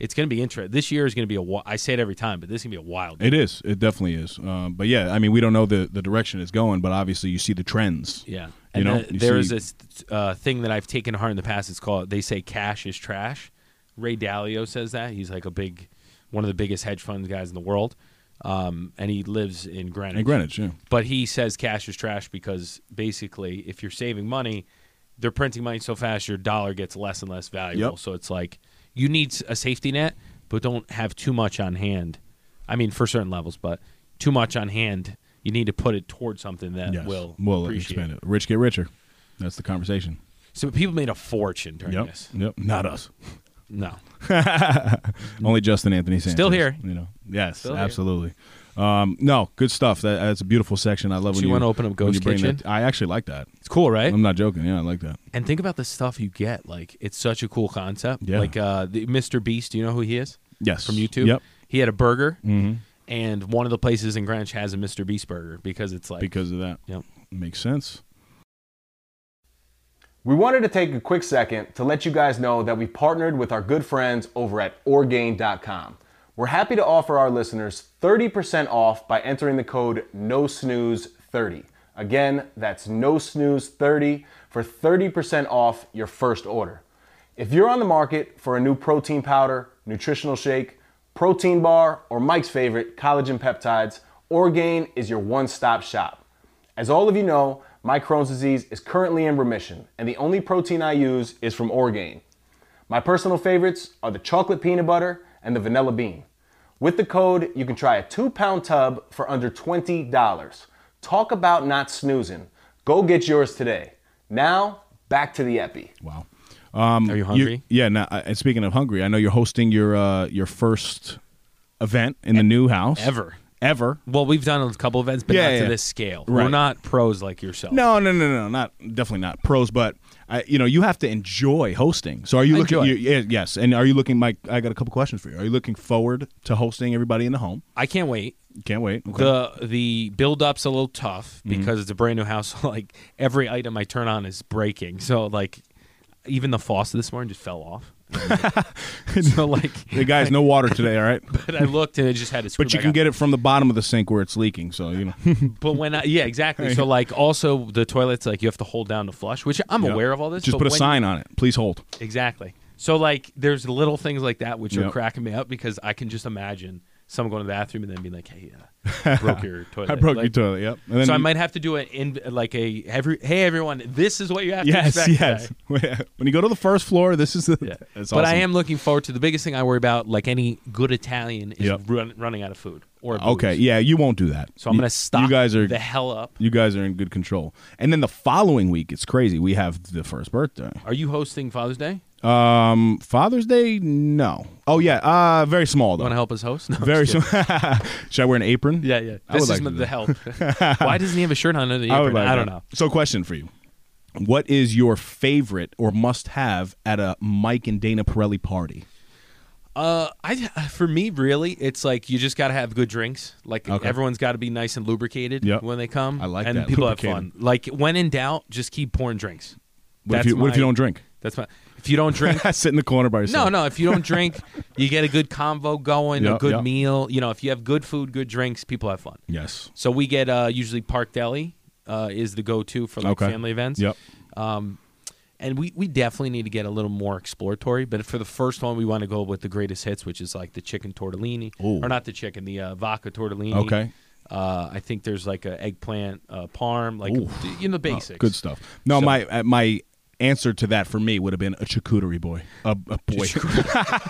A: it's going to be interesting. This year is going to be a. wi- I say it every time, but this is going to be a wild.
B: It is. It definitely is. Um, but yeah, I mean, we don't know the the direction it's going, but obviously you see the trends.
A: yeah.
B: You
A: And
B: know,
A: the-
B: you
A: there is
B: see-
A: this uh, thing that I've taken to heart in the past. It's called. They say cash is trash. Ray Dalio says that he's like a big, one of the biggest hedge fund guys in the world, um, and he lives in Greenwich.
B: And Greenwich, yeah.
A: But he says cash is trash because basically, if you're saving money, they're printing money so fast your dollar gets less and less valuable.
B: Yep.
A: So it's like you need a safety net, but don't have too much on hand I mean, for certain levels, but too much on hand. You need to put it towards something that
B: Yes.
A: will
B: will
A: Uh, appreciate
B: expand it. Rich get richer. That's the conversation.
A: So people made a fortune during
B: Yep.
A: this.
B: Yep. Not us.
A: No,
B: Only Justin Anthony Sanchez.
A: Still here.
B: You know. Yes.
A: Still here.
B: absolutely. Um, no, good stuff. That, that's a beautiful section. I love
A: So
B: when
A: you
B: you
A: wanna open up
B: when you
A: Ghost
B: bring
A: Kitchen?
B: That, I actually like that.
A: it's cool, right?
B: I'm not joking. Yeah, I like that.
A: and think about the stuff you get. Like it's such a cool concept.
B: Yeah.
A: Like uh, the Mr. Beast. Do you know who he is?
B: Yes.
A: From YouTube.
B: Yep. Mm-hmm.
A: He had a burger, and one of the places in Greenwich has a Mr. Beast burger because it's like
B: Because of that.
A: Yep.
B: Makes sense.
D: We wanted to take a quick second to let you guys know that we partnered with our good friends over at Orgain.com. We're happy to offer our listeners 30% off by entering the code NOSNOOZE30. Again, that's NOSNOOZE30 for 30% off your first order. If you're on the market for a new protein powder, nutritional shake, protein bar, or Mike's favorite, collagen peptides, Orgain is your one stop shop. As all of you know, my Crohn's disease is currently in remission, and the only protein I use is from Orgain. My personal favorites are the chocolate peanut butter and the vanilla bean. With the code, you can try a two pound tub for under $20. Talk about not snoozing. Go get yours today. Now, back to the Epi.
B: Wow. um,
A: Are you hungry?
B: yeah. Now, I- and speaking of hungry, I know you're hosting your uh, your first event in the new house
A: ever.
B: Ever.
A: well, we've done a couple events, but
B: Yeah,
A: not
B: yeah.
A: to this scale. We're
B: Right.
A: not pros like yourself.
B: No, no, no, no, not definitely not pros, but I, you know, you have to enjoy hosting. So are you looking?
A: Enjoy.
B: You, yeah, yes, and are you looking, Mike? I got a couple questions for you. Are you looking forward to hosting everybody in the home?
A: I can't wait.
B: Can't wait. Okay. Mm-hmm.
A: The the build up's a little tough because it's a brand new house. so, Like every item I turn on is breaking. So like even the faucet this morning just fell off. so like
B: Hey, guys, no water today. All right,
A: but I looked and it just had a
B: but you can get it from the bottom of the sink where it's leaking. So you know,
A: But when I yeah exactly. So like also the toilets like you have to hold down to flush, which I'm aware of all this.
B: Just
A: but
B: put a
A: when-
B: sign on it. Please hold.
A: Exactly. So like there's little things like that which are
B: Yep.
A: cracking me up because I can just imagine someone going to the bathroom and then being like, "Hey, uh, broke your toilet."
B: I broke
A: Like,
B: your toilet. Yep. And then
A: so I
B: you-
A: might have to do it in like a every hey everyone, this is what you have
B: Yes,
A: to expect.
B: yes.
A: today.
B: when you go to the first floor, this is the.
A: Yeah.
B: That's
A: but I
B: awesome.
A: am looking forward to the biggest thing I worry about, like any good Italian, is
B: Yep.
A: run, running out of food or booze.
B: Okay, yeah, you won't do that.
A: So I'm
B: You-
A: gonna stop
B: You guys are
A: the hell up.
B: You guys are in good control. And then the following week, it's crazy. We have the first birthday.
A: Are you hosting Father's Day?
B: Um, Father's Day, no. Oh yeah, uh, very small though.
A: Want to help us host? No, I'm
B: Very
A: just
B: small. Should I wear an apron?
A: kidding. Yeah, yeah.
B: I
A: This
B: would
A: is
B: like to
A: meant
B: do
A: to
B: that.
A: help. Why doesn't he have a shirt on under the apron?
B: I
A: I,
B: would like
A: don't
B: that.
A: know.
B: So, question for you: What is your favorite or must-have at a Mike and Dana Pirelli party?
A: Uh, I for me really, it's like you just gotta have good drinks. Like
B: Okay.
A: everyone's got to be nice and lubricated
B: Yep.
A: when they come.
B: I like
A: and
B: that,
A: people have fun.
B: lubricated.
A: Like when in doubt, just keep pouring drinks.
B: What if you What if you
A: my-
B: don't drink?
A: That's my. If you don't drink,
B: Sit in the corner by
A: no,
B: yourself.
A: no. If you don't drink, you get a good convo going,
B: Yeah,
A: a good
B: yeah.
A: meal. You know, if you have good food, good drinks, people have fun.
B: Yes.
A: So we get uh, usually Park Deli uh, is the go-to for like
B: Okay.
A: family events.
B: Yep.
A: Um, and we, we definitely need to get a little more exploratory. But for the first one, we want to go with the greatest hits, which is like the chicken tortellini,
B: Ooh.
A: or not the chicken, the uh, vodka tortellini.
B: Okay.
A: Uh, I think there's like a eggplant uh, parm, like
B: Ooh.
A: d- you know the basics.
B: Oh, Good stuff. No,
A: So-
B: my my uh, my answer to that for me would have been a charcuterie boy. A, a boy.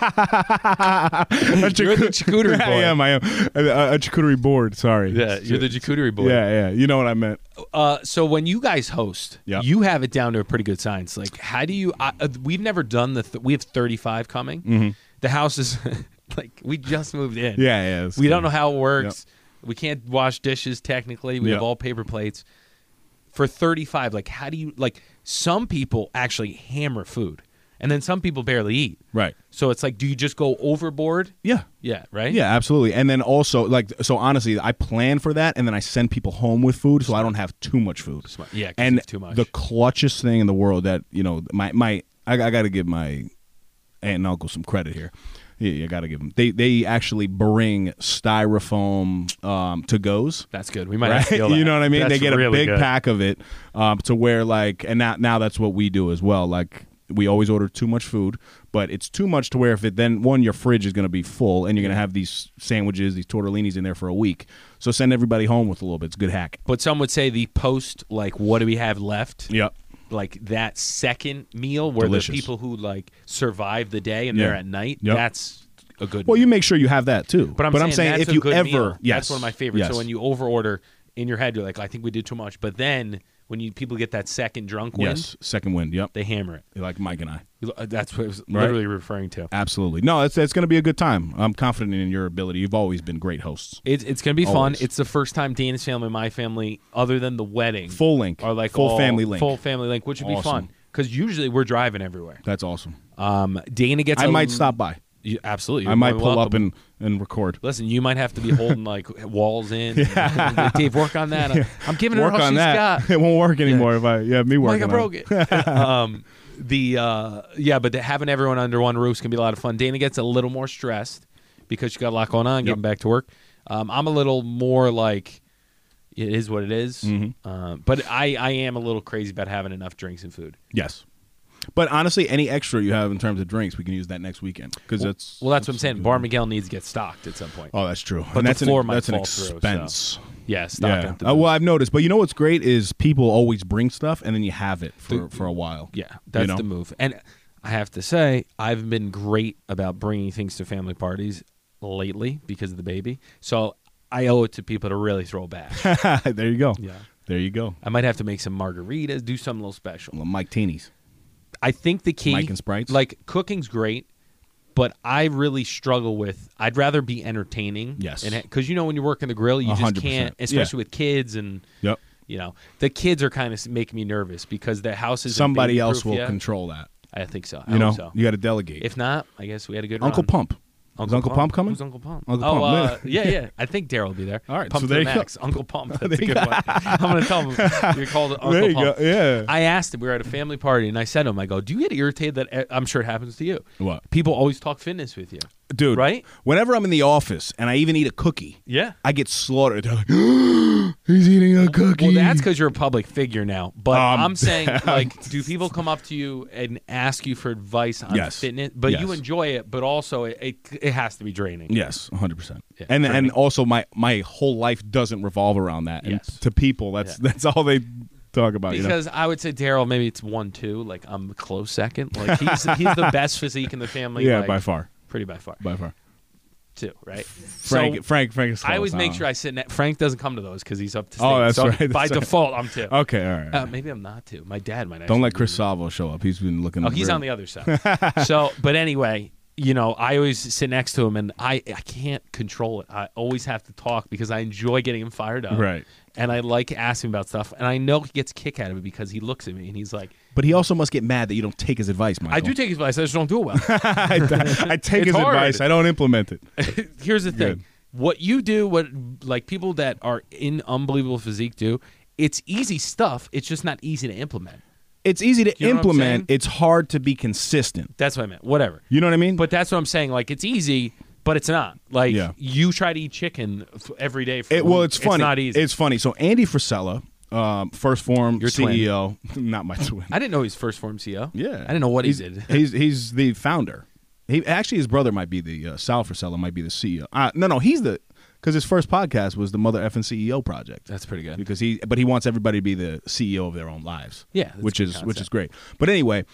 B: a
A: You're the charcuterie
B: I
A: boy.
B: am. I am. A, a charcuterie board. Sorry.
A: Yeah, you're the charcuterie boy.
B: Yeah, yeah. You know what I meant.
A: Uh, so when you guys host,
B: Yeah.
A: you have it down to a pretty good science. Like, how do you? I, uh, we've never done the. Th- we have 35 coming. The house is like we just moved in.
B: Mm-hmm. Yeah, yeah. that's
A: We
B: good.
A: don't know how it works. We can't wash dishes technically. We
B: Yeah.
A: have all paper plates. For 35, like how do you like some people actually hammer food and then some people barely eat.
B: Right.
A: So it's like do you just go overboard?
B: Yeah.
A: Yeah, right?
B: Yeah, absolutely. And then also, like, so honestly, I plan for that, and then I send people home with food, so I don't have too much food.
A: Yeah, 'cause
B: and
A: it's too much.
B: The clutchest thing in the world that you know, my my, I, I got to give my aunt and uncle some credit here. Yeah, you got to give them. They they actually bring styrofoam um, to goes.
A: That's good. We might have
B: Right?
A: to deal that.
B: You know what I mean? they
A: That's
B: get a
A: really
B: big
A: good.
B: pack of it um, to where like, and now now that's what we do as well. Like we always order too much food, but it's too much to where if it then one your fridge is going to be full, and you're going to have these sandwiches, these tortellinis in there for a week. So send everybody home with a little bit. It's a good hack.
A: But some would say the post like what do we have left?
B: Yep.
A: Like that second meal where
B: Delicious.
A: the people who like survive the day and
B: Yeah.
A: they're at night,
B: Yep.
A: that's a good.
B: Well,
A: meal.
B: you make sure you have that too.
A: But I'm saying, that's
B: if
A: a
B: you
A: good
B: ever,
A: meal.
B: yes,
A: that's one of my favorites.
B: yes.
A: So when you overorder in your head, you're like, I think we did too much. But then when you people get that second drunk win,
B: yes, second wind, yep,
A: they hammer it.
B: like Mike and I,
A: You lo- That's what I was
B: Right.
A: literally referring to.
B: absolutely. No, it's it's going to be a good time. I'm confident in your ability. You've always been great hosts.
A: It's it's gonna be
B: Always.
A: fun. It's the first time Dana's family, and my family, other than the wedding,
B: Full link,
A: are like
B: full
A: all-
B: family link.
A: full family link, which would be fun
B: Awesome.
A: because usually we're driving everywhere.
B: That's awesome.
A: Um, Dana gets.
B: I
A: a-
B: might stop by.
A: You- absolutely,
B: I
A: you're
B: might
A: more
B: pull
A: than
B: up
A: welcome.
B: and and record.
A: Listen, you might have to be holding like walls in. Dave, work on that. I'm giving her
B: Work
A: all
B: on
A: she's
B: that.
A: got.
B: It won't work anymore if I yeah me working.
A: Mike, I
B: on
A: broke it. um, the uh, yeah, but the, having everyone under one roof is gonna be a lot of fun. Dana gets a little more stressed because she got a lot going on, getting back to work. Um, I'm a little more like it is what it is.
B: Mm-hmm.
A: Uh, but I I am a little crazy about having enough drinks and food.
B: Yes. But honestly, any extra you have in terms of drinks, we can use that next weekend because that's
A: Well, that's what I'm saying. Bar Miguel needs to get stocked at some point.
B: Oh, that's true.
A: But
B: and
A: the
B: that's
A: floor
B: an,
A: might
B: that's an
A: fall through, so-
B: expense.
A: yeah, stocked.
B: Yeah.
A: at the
B: Uh, well, I've noticed. But you know what's great is people always bring stuff and then you have it for, for a while.
A: Yeah,
B: You
A: that's
B: know?
A: the move. And I have to say, I've been great about bringing things to family parties lately because of the baby. So I owe it to people to really throw back.
B: there you go.
A: Yeah.
B: There you go.
A: I might have to make some margaritas, do something a little special.
B: Well, Mike Teenies.
A: I think the key,
B: Mike and Sprites?
A: like cooking's great, but I really struggle with. I'd rather be entertaining.
B: Yes.
A: because you know when you work in the grill, you
B: A
A: just
B: hundred
A: can't,
B: percent.
A: especially with kids and.
B: Yep.
A: You know, the kids are kind of making me nervous because the house is
B: Somebody else will control that.
A: I think so. I
B: You know,
A: hope so.
B: you got to delegate.
A: If not, I guess we had a good
B: Uncle
A: run.
B: Pump. Is Uncle Pump, coming?
A: Who's Uncle Pump?
B: Uncle
A: oh,
B: Pump,
A: uh, yeah, yeah. I think Daryl will be there.
B: All right,
A: Pump
B: so
A: to
B: there
A: the
B: you go.
A: max. Uncle Pump. That's a good one. I'm gonna tell him you're called Uncle
B: There you
A: Pump.
B: go. Yeah.
A: I asked him. We were at a family party, and I said to him, "I go, do you get irritated that eh, I'm sure it happens to you?
B: What?
A: people always talk fitness with you?
B: Dude,
A: Right?
B: Whenever I'm in the office and I even eat a cookie,
A: Yeah.
B: I get slaughtered. They're like, He's eating a cookie.
A: Well, that's because you're a public figure now. But
B: Um,
A: I'm saying, like, do people come up to you and ask you for advice on
B: Yes.
A: fitness? But you
B: Yes.
A: enjoy it, but also it it, it has to be draining.
B: Yes, 100%.
A: Yeah,
B: and
A: for
B: and
A: me.
B: also my my whole life doesn't revolve around that. And
A: Yes.
B: to people that's
A: Yeah.
B: that's all they talk about, Oh, you know.
A: Because I would say Daryl, maybe it's one two. Like I'm a close second. Like he's he's the best physique in the family.
B: Yeah,
A: like,
B: by far.
A: pretty by far,
B: By far.
A: two, right?
B: Frank
A: so
B: Frank Frank is
A: I always
B: close, Uh-huh.
A: make
B: huh?
A: sure I sit. Ne- Frank doesn't come to those because he's up to. State.
B: Oh, that's
A: so
B: right,
A: By
B: that's right.
A: default, I'm two.
B: Okay, all right. all
A: Uh,
B: right.
A: maybe I'm not two. My dad might.
B: Don't
A: actually
B: let
A: be.
B: Chris Salvo show up. He's been looking
A: Oh, he's on the other side. so, but anyway, you know, I always sit next to him, and I I can't control it. I always have to talk because I enjoy getting him fired up.
B: Right.
A: And I like asking about stuff, and I know he gets a kick out of it because he looks at me and he's like,
B: But he also must get mad that you don't take his advice, Michael.
A: "I do take his advice, I just don't do it well."
B: I, I take
A: It's
B: his
A: hard.
B: advice. I don't implement it.
A: here's the thing
B: Good.
A: what you do what like people that are in unbelievable physique do it's easy stuff it's just not easy to implement
B: It's easy to
A: You know what I'm
B: implement.
A: saying?
B: It's hard to be consistent.
A: that's what i meant whatever
B: You know what I mean?
A: but that's what i'm saying like it's easy but it's not like
B: Yeah.
A: you try to eat chicken f- every day for a
B: It, well,
A: week.
B: it's funny.
A: Mm, it's not easy
B: It's funny. So Andy Frisella, um, first form
A: Your twin.
B: CEO, not my twin.
A: i didn't know he was first form ceo
B: yeah,
A: i didn't know what
B: he's,
A: he did
B: He's he's the founder. He actually his brother might be the uh, Sal Frisella might be the CEO. Uh, no, no, he's the because his first podcast was the Mother F and CEO project.
A: that's pretty good
B: because he but he wants everybody to be the CEO of their own lives.
A: Yeah, that's
B: which
A: a
B: is
A: good
B: which
A: concept.
B: is great. But anyway,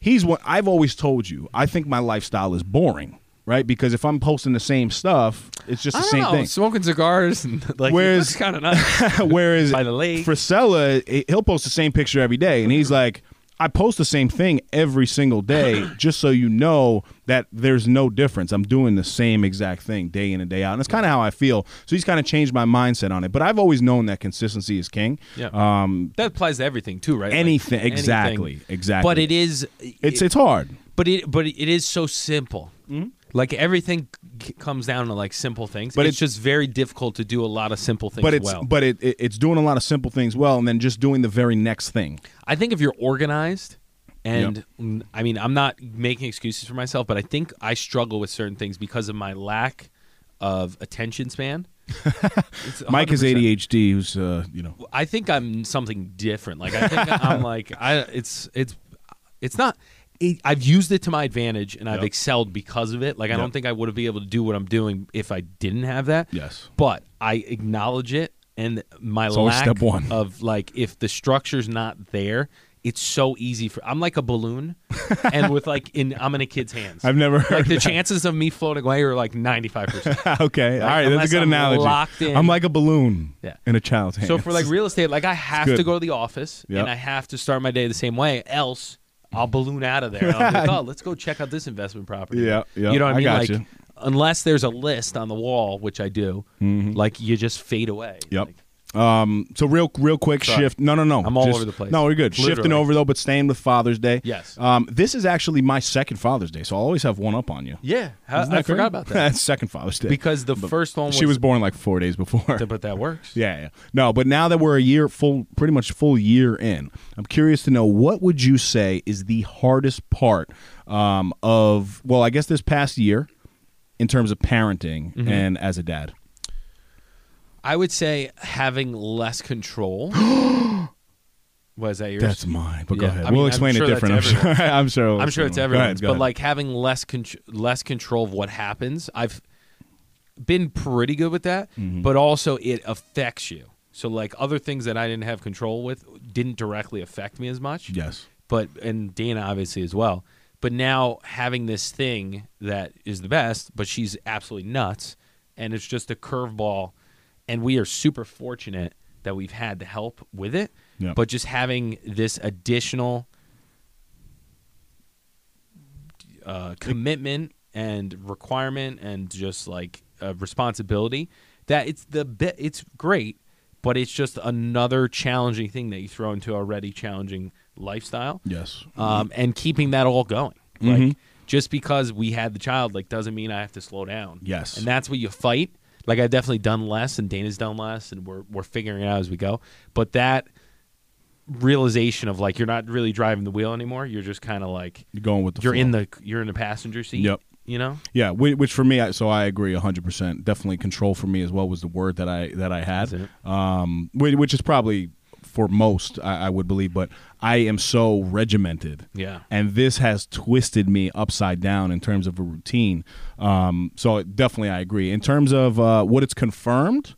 B: he's what I've always told you. I think my lifestyle is boring, right? Because if I'm posting the same stuff, it's just
A: I
B: the
A: don't
B: same
A: know,
B: thing.
A: smoking cigars and like
B: Whereas-
A: it's kind of nice
B: Whereas
A: By the lake. Mm-hmm.
B: Frisella, he- he'll post the same picture every day, and he's like, I post the same thing every single day, just so you know that there's no difference. I'm doing the same exact thing day in and day out, and it's kind of how I feel. So he's kind of changed my mindset on it. But I've always known that consistency is king.
A: Yeah.
B: Um,
A: that applies to everything too right Like,
B: Anything-
A: anything.
B: exactly, exactly.
A: but it is
B: it's it's hard.
A: But it but it is so simple. Like everything c- comes down to like simple things.
B: Mm-hmm. But
A: But it's,
B: it's-
A: just very difficult to do a lot of simple things
B: but it's
A: well.
B: but it, it it's doing a lot of simple things well, and then just doing the very next thing.
A: I think if you're organized and mm, I mean I'm not making excuses for myself, but I think I struggle with certain things because of my lack of attention span. It's
B: Mike is
A: 100%.
B: ADHD, who's uh, you know
A: I think I'm something different. Like I think I'm like I it's it's it's not it, I've used it to my advantage and I've
B: Yep.
A: excelled because of it. Like I
B: Yep.
A: don't think I would have been able to do what I'm doing if I didn't have that.
B: Yes.
A: But I acknowledge it and my
B: It's always
A: lack
B: step one.
A: of like if the structure's not there, it's so easy for I'm like a balloon, and with like in I'm in a kid's hands.
B: I've never heard
A: like the
B: that.
A: chances of me floating away are like 95. percent
B: okay, all right, that's
A: unless
B: a good
A: I'm
B: analogy.
A: locked in.
B: I'm like a balloon
A: Yeah.
B: in a child's hand.
A: So for like real estate, like I have
B: good.
A: to go to the office
B: Yep. Mm.
A: and I have to start my day the same way, else I'll balloon out of there. And I'm like, oh, let's go check out this investment property.
B: Yeah, yeah,
A: You know what I
B: I
A: mean?
B: got
A: like
B: you.
A: unless there's a list on the wall, which I do, like you just fade away.
B: Mm-hmm. Yep.
A: Like,
B: Um, so real, real quick shift. No, no, no.
A: I'm all over the place.
B: No, we're good. Shifting
A: Literally.
B: over though, but staying with Father's Day.
A: Yes.
B: Um, this is actually my second Father's Day, so I'll always have one up on you.
A: yeah. I, I
B: Isn't that great?
A: forgot about that.
B: second Father's Day
A: because the first one was,
B: she was born like four days before.
A: but that works.
B: Yeah, yeah. No, but now that we're a year full, pretty much full year in, I'm curious to know what would you say is the hardest part um, of well, I guess this past year in terms of parenting
A: Mm-hmm.
B: and as a dad.
A: I would say having less control. was that yours?
B: That's mine. But go
A: Yeah,
B: ahead.
A: I
B: we'll
A: mean, I'm
B: explain
A: sure
B: it
A: that's
B: different. I'm sure.
A: everyone's.
B: I'm sure. we'll
A: I'm sure
B: explain
A: it's
B: it. Go
A: everyone's,
B: ahead, go
A: but
B: ahead.
A: like having less contr less control of what happens. I've been pretty good with that,
B: Mm-hmm.
A: but also it affects you. So like other things that I didn't have control with didn't directly affect me as much.
B: yes.
A: But and Dana obviously as well. But now having this thing that is the best, but she's absolutely nuts, and it's just a curveball, and we are super fortunate that we've had the help with it.
B: Yep.
A: But just having this additional uh, commitment and requirement and just like uh, responsibility that it's the be- it's great but it's just another challenging thing that you throw into already challenging lifestyle
B: Yes.
A: um, and keeping that all going like just because we had the child like doesn't mean i have to slow down
B: Yes.
A: and that's what you fight like i've definitely done less and dana's done less and we're, we're figuring it out as we go but that realization of like you're not really driving the wheel anymore you're just kind of like
B: You're going with the.
A: you're
B: flow.
A: in the you're in the passenger seat.
B: Yep.
A: You know.
B: Yeah, whi- which for me, I- so I agree hundred percent. Definitely control for me as well was the word that I that I
A: That's
B: had,
A: it.
B: um, whi- which is probably for most I, I would believe. But I am so regimented,
A: Yeah.
B: and this has twisted me upside down in terms of a routine. Um, so it- definitely, I agree. In terms of uh, what it's confirmed,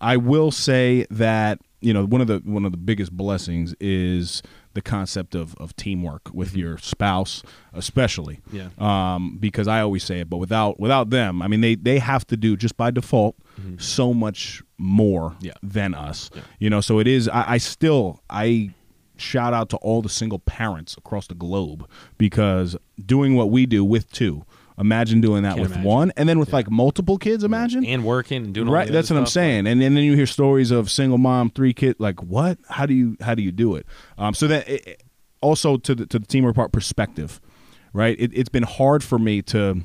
B: I will say that you know one of the one of the biggest blessings is the concept of of teamwork with your spouse, especially
A: Mm-hmm. Yeah.
B: um, because I always say it, but without without them, I mean they they have to do just by default so much more
A: Mm-hmm. Yeah.
B: than us. You know, so it is. I, I still I shout out to all the single parents across the globe because doing what we do with two, imagine doing that
A: Can't
B: with
A: imagine.
B: one, and then with like multiple kids, imagine
A: And working and doing all
B: right.
A: the
B: That's
A: other
B: what I'm
A: stuff,
B: saying. And, and then you hear stories of single mom, three kid. Like what? How do you how do you do it? Um, so that it, it- also to the to the teamwork part perspective, right? It, it's been hard for me to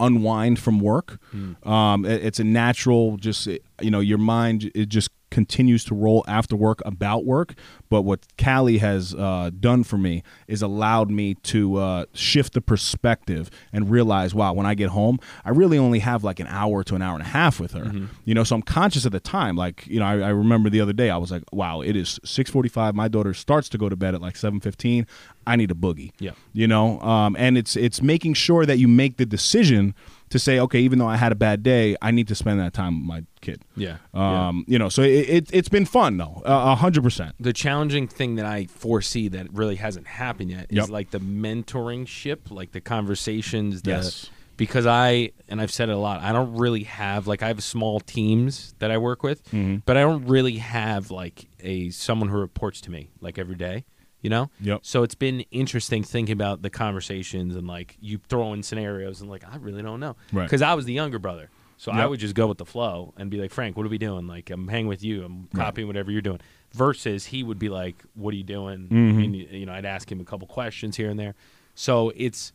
B: unwind from work.
A: Hmm.
B: Um, it- it's a natural, just you know, your mind it just continues to roll after work about work. But what Callie has uh, done for me is allowed me to uh, shift the perspective and realize, wow, when I get home, I really only have like an hour to an hour and a half with her. You know, so I'm conscious of the time. Like, you know, I, I remember the other day I was like, wow, it is 6:45. My daughter starts to go to bed at like 7:15. I need a boogie
A: Yeah.
B: you know um, and it's it's making sure that you make the decision to say okay even though i had a bad day i need to spend that time with my kid
A: Yeah,
B: um, you know so it, it, it's been fun though uh, 100%
A: The challenging thing that I foresee that really hasn't happened yet
B: Yep.
A: is like the mentoring ship, like the conversations. The,
B: Yes.
A: Because I and I've said it a lot. I don't really have like I have small teams that I work with,
B: Mm-hmm.
A: but I don't really have like a someone who reports to me like every day. You know.
B: Yep.
A: So it's been interesting thinking about the conversations and like you throw in scenarios and like I really don't know
B: Right.
A: because I was the younger brother. So I
B: Yep.
A: would just go with the flow and be like, Frank, what are we doing? Like, I'm hanging with you. I'm copying whatever you're doing. Versus he would be like, what are you doing? And, you know, I'd ask him a couple questions here and there. So it's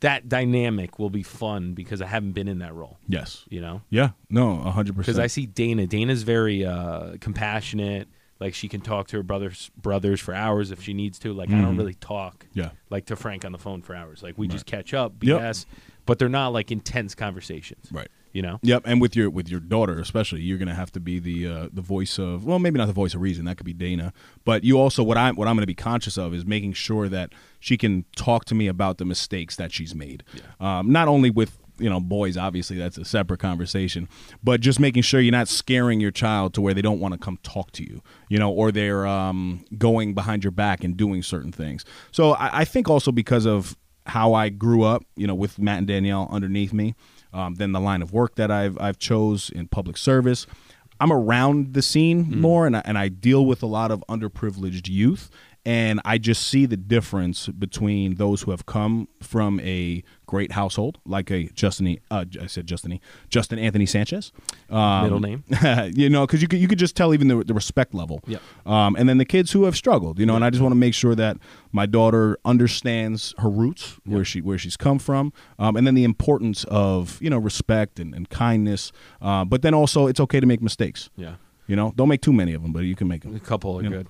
A: that dynamic will be fun because I haven't been in that role,
B: yes
A: you know?
B: yeah no 100%
A: Because I see Dana. Dana's very uh, compassionate. Like, she can talk to her brothers, brothers for hours if she needs to. Like, I don't really talk
B: Mm-hmm. yeah
A: like to Frank on the phone for hours. Like, we just catch up,
B: Yep.
A: BS, but they're not like intense conversations,
B: right
A: you know?
B: Yep, and with your with your daughter especially, you're gonna have to be the uh, the voice of well, maybe not the voice of reason. That could be Dana, but you also what I what I'm gonna be conscious of is making sure that she can talk to me about the mistakes that she's made, um, not only with you know boys obviously that's a separate conversation but just making sure you're not scaring your child to where they don't want to come talk to you you know or they're um, going behind your back and doing certain things so I, I think also because of how I grew up, you know, with Matt and Danielle underneath me, um, then the line of work that I've I've chose in public service. I'm around the scene more, and I, and I deal with a lot of underprivileged youth, and I just see the difference between those who have come from a great household, like a Justin, uh, I said Justiny, Justin Anthony Sanchez, um,
A: Middle name.
B: you know, because you could, you could just tell even the, the respect level.
A: Yep.
B: Um, and then the kids who have struggled, you know, and I just want to make sure that my daughter understands her roots, where she where she's come from, um, and then the importance of you know respect and, and kindness. Uh, but then also, it's okay to make mistakes.
A: Yeah.
B: You know, don't make too many of them, but you can make them.
A: A couple are
B: Yeah.
A: good.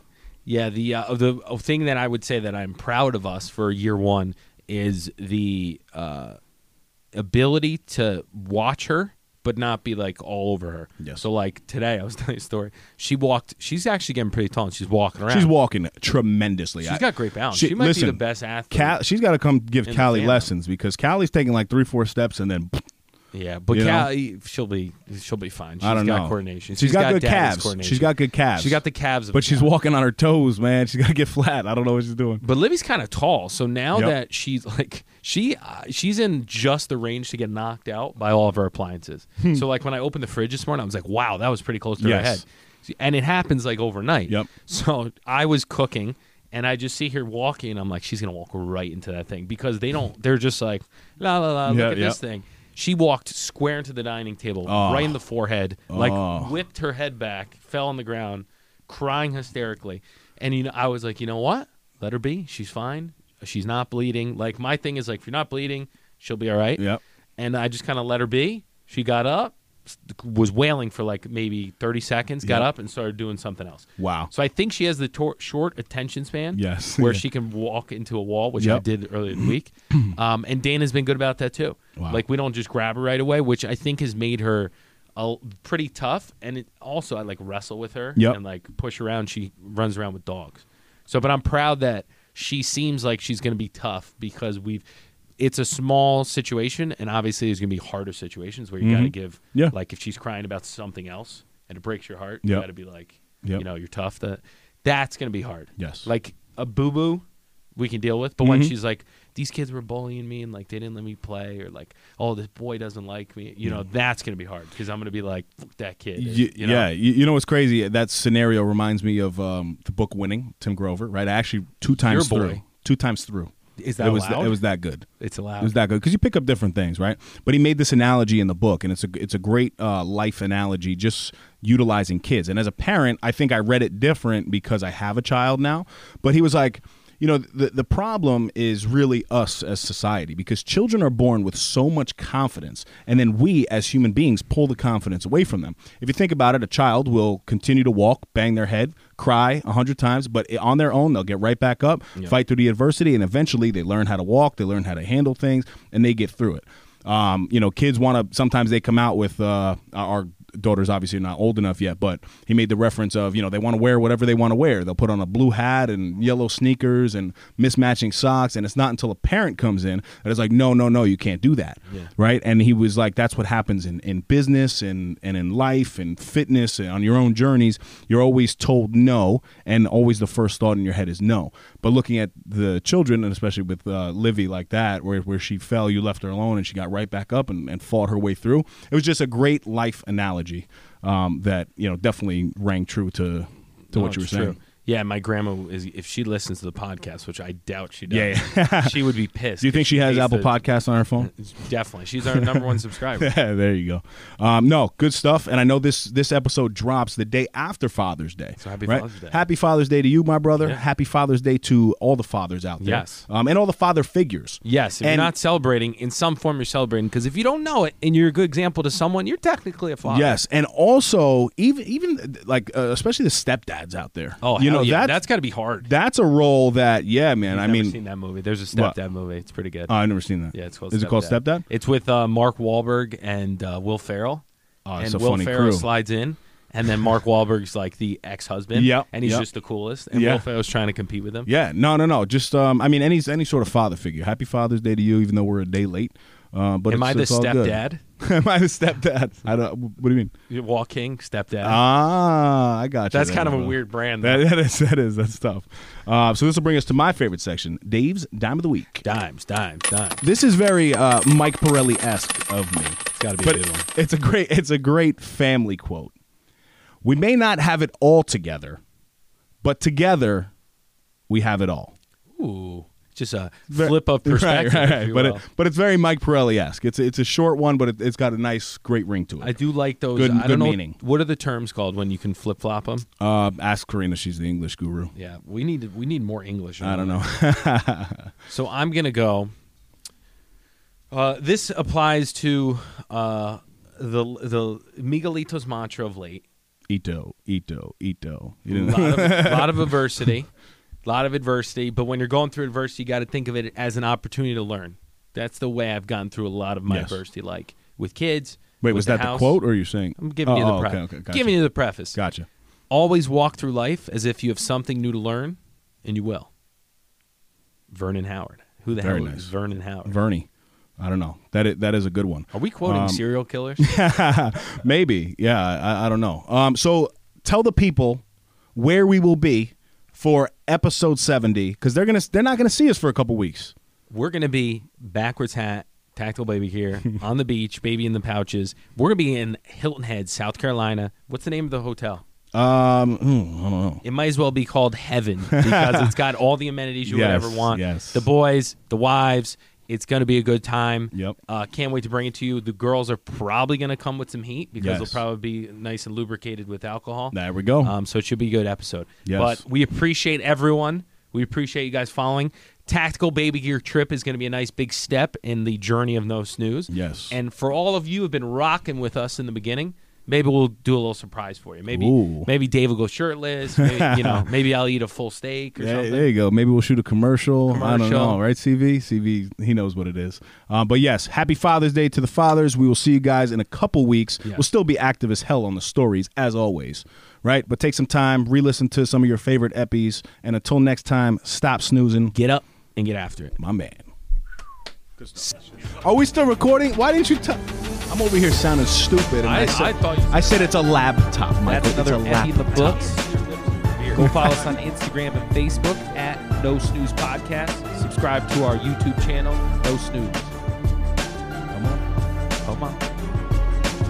A: Yeah, the uh, the uh, thing that I would say that I'm proud of us for year one is the uh, ability to watch her, but not be like all over her. Yeah.
B: Yes.
A: So like today, I was telling you a story. She walked. She's actually getting pretty tall, and she's walking around.
B: She's walking tremendously.
A: She's
B: I-
A: got great balance. She might be the best athlete
B: Cal- she's got to come give
A: in the
B: Callie
A: family.
B: lessons because Callie's taking like three, four steps and then
A: Yeah, but
B: You know?
A: Callie, she'll be she'll be fine. She's
B: I don't
A: got
B: know.
A: coordination.
B: She's got good
A: daddy's
B: calves.
A: coordination.
B: She's got good calves.
A: She's got the calves. Of a
B: But she's
A: cat.
B: walking on her toes, man. She's got to get flat. I don't know what she's doing.
A: But Livy's kind of tall, so now
B: Yep.
A: that she's like she uh, she's in just the range to get knocked out by all of her appliances. so like when I opened the fridge this morning, I was like, "Wow, that was pretty close to her
B: Hmm. Yes.
A: head." And it happens like overnight.
B: Yep.
A: So I was cooking, and I just see her walking. and I'm like, "She's gonna walk right into that thing," because they don't. They're just like, "La la la,
B: Yeah,
A: look at
B: yep.
A: this thing." She walked square into the dining table, right in the forehead,
B: Oh.
A: like whipped her head back, fell on the ground, crying hysterically. And you know, I was like, you know what? Let her be. She's fine. She's not bleeding. Like my thing is like, if you're not bleeding, she'll be all right.
B: Yep.
A: And I just kind of let her be. She got up, s- was wailing for like maybe 30 seconds, got
B: Yep.
A: up and started doing something else.
B: Wow.
A: So I think she has the tor- short attention span.
B: Yes.
A: Where
B: Yeah.
A: she can walk into a wall, which I
B: Yep.
A: did earlier in the week. Um, and Dana's been good about that too.
B: Wow.
A: Like we don't just grab her right away, which I think has made her uh, pretty tough. And it also I like wrestle with her
B: Yep.
A: and like push around. She runs around with dogs. So, but I'm proud that she seems like she's going to be tough because we've. It's a small situation, and obviously there's going to be harder situations where you got to give.
B: Mm-hmm. Yeah.
A: Like if she's crying about something else and it breaks your heart, you
B: Yep.
A: got to be like,
B: Yep.
A: you know, you're tough. That that's gonna be hard.
B: Yes. Mm-hmm.
A: Like a boo boo, we can deal with. But when she's like, these kids were bullying me and like they didn't let me play, or like, oh, this boy doesn't like me. You
B: Mm-hmm.
A: know, that's gonna be hard because I'm gonna be like, "Fuck that kid.
B: Y-
A: you know?
B: Yeah, you, you know what's crazy? That scenario reminds me of um, the book "Winning." Tim Grover, right? I actually two times
A: boy.
B: through, two times through.
A: Is that
B: it was?
A: allowed?
B: It was that good.
A: It's allowed.
B: It was that good because you pick up different things, right? But he made this analogy in the book, and it's a it's a great uh, life analogy, just utilizing kids. And as a parent, I think I read it different because I have a child now. But he was like, you know, the the problem is really us as society because children are born with so much confidence, and then we as human beings pull the confidence away from them. If you think about it, a child will continue to walk, bang their head, cry a hundred times, but on their own they'll get right back up, fight through the adversity, and eventually they learn how to walk, they learn how to handle things, and they get through it. Um, you know, kids want to. Sometimes they come out with uh, our daughter's obviously not old enough yet, but he made the reference of you know they want to wear whatever they want to wear. They'll put on a blue hat and yellow sneakers and mismatching socks, and it's not until a parent comes in that is like, no, no, no, you can't do that, right? And he was like, that's what happens in in business and and in life and fitness and on your own journeys. You're always told no, and always the first thought in your head is no. But looking at the children, and especially with uh, Livy like that, where, where she fell, you left her alone, and she got right back up and, and fought her way through. It was just a great life analogy um, that you know definitely rang true to to
A: No,
B: what you
A: Oh,
B: were
A: it's
B: saying.
A: true. Yeah, my grandma is. If she listens to the podcast, which I doubt she
B: Yeah,
A: does, she would be pissed.
B: Do you
A: if
B: think she has
A: hates
B: Apple
A: the-
B: Podcasts on her phone?
A: Definitely, she's our number one subscriber.
B: Yeah, there you go. Um, no, good stuff. And I know this this episode drops the day after Father's Day.
A: So happy
B: right?
A: Father's Day.
B: Happy Father's Day to you, my brother.
A: Yeah.
B: Happy Father's Day to all the fathers out there.
A: Yes.
B: Um, and all the father figures.
A: Yes, if
B: And-
A: you're not celebrating, in some form you're celebrating because if you don't know it and you're a good example to someone, you're technically a father.
B: Yes, and also even even like uh, especially the stepdads out there.
A: Oh,
B: you
A: hell
B: know
A: yeah.
B: that's
A: that's got to be hard.
B: that's a role that yeah, man. I
A: I've never
B: mean,
A: seen that movie. There's a
B: What?
A: stepdad movie. It's pretty good.
B: oh, I've never seen that.
A: yeah, it's called.
B: Is it called Stepdad?
A: It's with uh, Mark Wahlberg and uh, Will Ferrell.
B: Oh,
A: and
B: it's a
A: Will
B: funny
A: Ferrell
B: crew.
A: slides in, and then Mark Wahlberg's like the ex-husband.
B: Yep,
A: and he's
B: yep.
A: just the coolest. And
B: Yeah.
A: Will Ferrell's trying to compete with him.
B: Yeah, no, no, no. Just um, I mean, any any sort of father figure. Happy Father's Day to you, even though we're a day late. Uh, but
A: Am
B: it's,
A: I the
B: it's all good.
A: stepdad?
B: Am I the stepdad? I don't. What do you mean?
A: You Walking stepdad.
B: Ah, I got you.
A: That's
B: there,
A: kind of a
B: brother.
A: weird brand,
B: That,
A: though.
B: that is. That is. That's tough. Uh, so this will bring us to my favorite section, Dave's dime of the week.
A: dimes, dimes, dimes.
B: This is very uh, Mike Pirelli esque of me. It's
A: gotta be a
B: but
A: good one.
B: It's a great. It's a great family quote. We may not have it all together, but together we have it all.
A: Ooh, just a flip of perspective.
B: Right, right, right.
A: if you
B: But it,
A: will.
B: but it's very Mike Pirelli esque. It's a, it's a short one, but it, it's got a nice, great ring to
A: I
B: it.
A: do like those.
B: Good-
A: I
B: good
A: don't know
B: meaning.
A: what are the terms called when you can flip flop them.
B: Uh, ask Karina; she's the English guru.
A: Yeah, we need to- we need more English.
B: I don't know.
A: So I'm gonna go. Uh, this applies to uh, the the Miguelito's mantra of late.
B: Ito, Ito, Ito. You
A: A
B: didn't-
A: lot of, lot of adversity, a lot of adversity. But when you're going through adversity, you got to think of it as an opportunity to learn. That's the way I've gone through a lot of my
B: Yes.
A: adversity, like with kids.
B: Wait,
A: with
B: was that the
A: house.
B: quote, or are you saying?
A: I'm giving you
B: Oh,
A: the
B: oh,
A: preface.
B: okay, okay, gotcha.
A: Giving you the preface.
B: Gotcha.
A: Always walk through life as if you have something new to learn, and you will. Vernon Howard. Who the
B: Very
A: hell
B: nice.
A: is Vernon Howard?
B: Vernie. I don't know. That is, that is a good one.
A: Are we
B: Um,
A: quoting serial killers?
B: Maybe. Yeah, I, I don't know. Um, so tell the people where we will be for episode 70 cuz they're going to they're not going to see us for a couple weeks.
A: We're going to be backwards hat, tactile baby here on the beach, baby in the pouches. We're going to be in Hilton Head, South Carolina. What's the name of the hotel?
B: Um, mm, I don't know.
A: It might as well be called Heaven because it's got all the amenities you
B: Yes,
A: would ever want.
B: yes.
A: The boys, the wives. It's going to be a good time.
B: Yep.
A: Uh, can't wait to bring it to you. The girls are probably going to come with some heat because
B: Yes.
A: they'll probably be nice and lubricated with alcohol.
B: There we go.
A: Um, so it should be a good episode.
B: Oh. Yes.
A: But we appreciate everyone. We appreciate you guys following. Tactical Baby Gear Trip is going to be a nice big step in the journey of No Snooze.
B: Yes.
A: And for all of you who have been rocking with us in the beginning, maybe we'll do a little surprise for you. Maybe
B: Ooh.
A: maybe Dave will go shirtless. Maybe, you know, maybe I'll eat a full steak or
B: Yeah,
A: something.
B: there you go. Maybe we'll shoot a commercial. I don't
A: Commercial.
B: know, right? CV, CV, he knows what it is. Um, but yes, happy Father's Day to the fathers. We will see you guys in a couple weeks.
A: Yeah.
B: We'll still be active as hell on the stories as always, right? But take some time, re-listen to some of your favorite epies, and until next time, stop snoozing,
A: Get up and get after it.
B: my man. Are we still recording? Why didn't you tell? I'm over here sounding stupid. And I,
A: I-
B: said,
A: I thought you-
B: I said it's a laptop, Michael.
A: That's another
B: it's a
A: Eddie in the
B: laptop.
A: Books. Go follow us on Instagram and Facebook at No Snooze Podcast. Subscribe to our YouTube channel, No Snooze. Come on. Come on.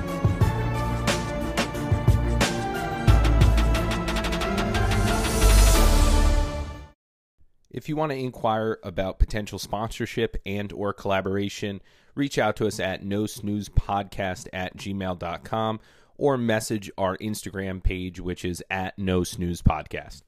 A: If you want to inquire about potential sponsorship and or collaboration, reach out to us at no podcast at gmail.com or message our Instagram page, which is at no snooze podcast.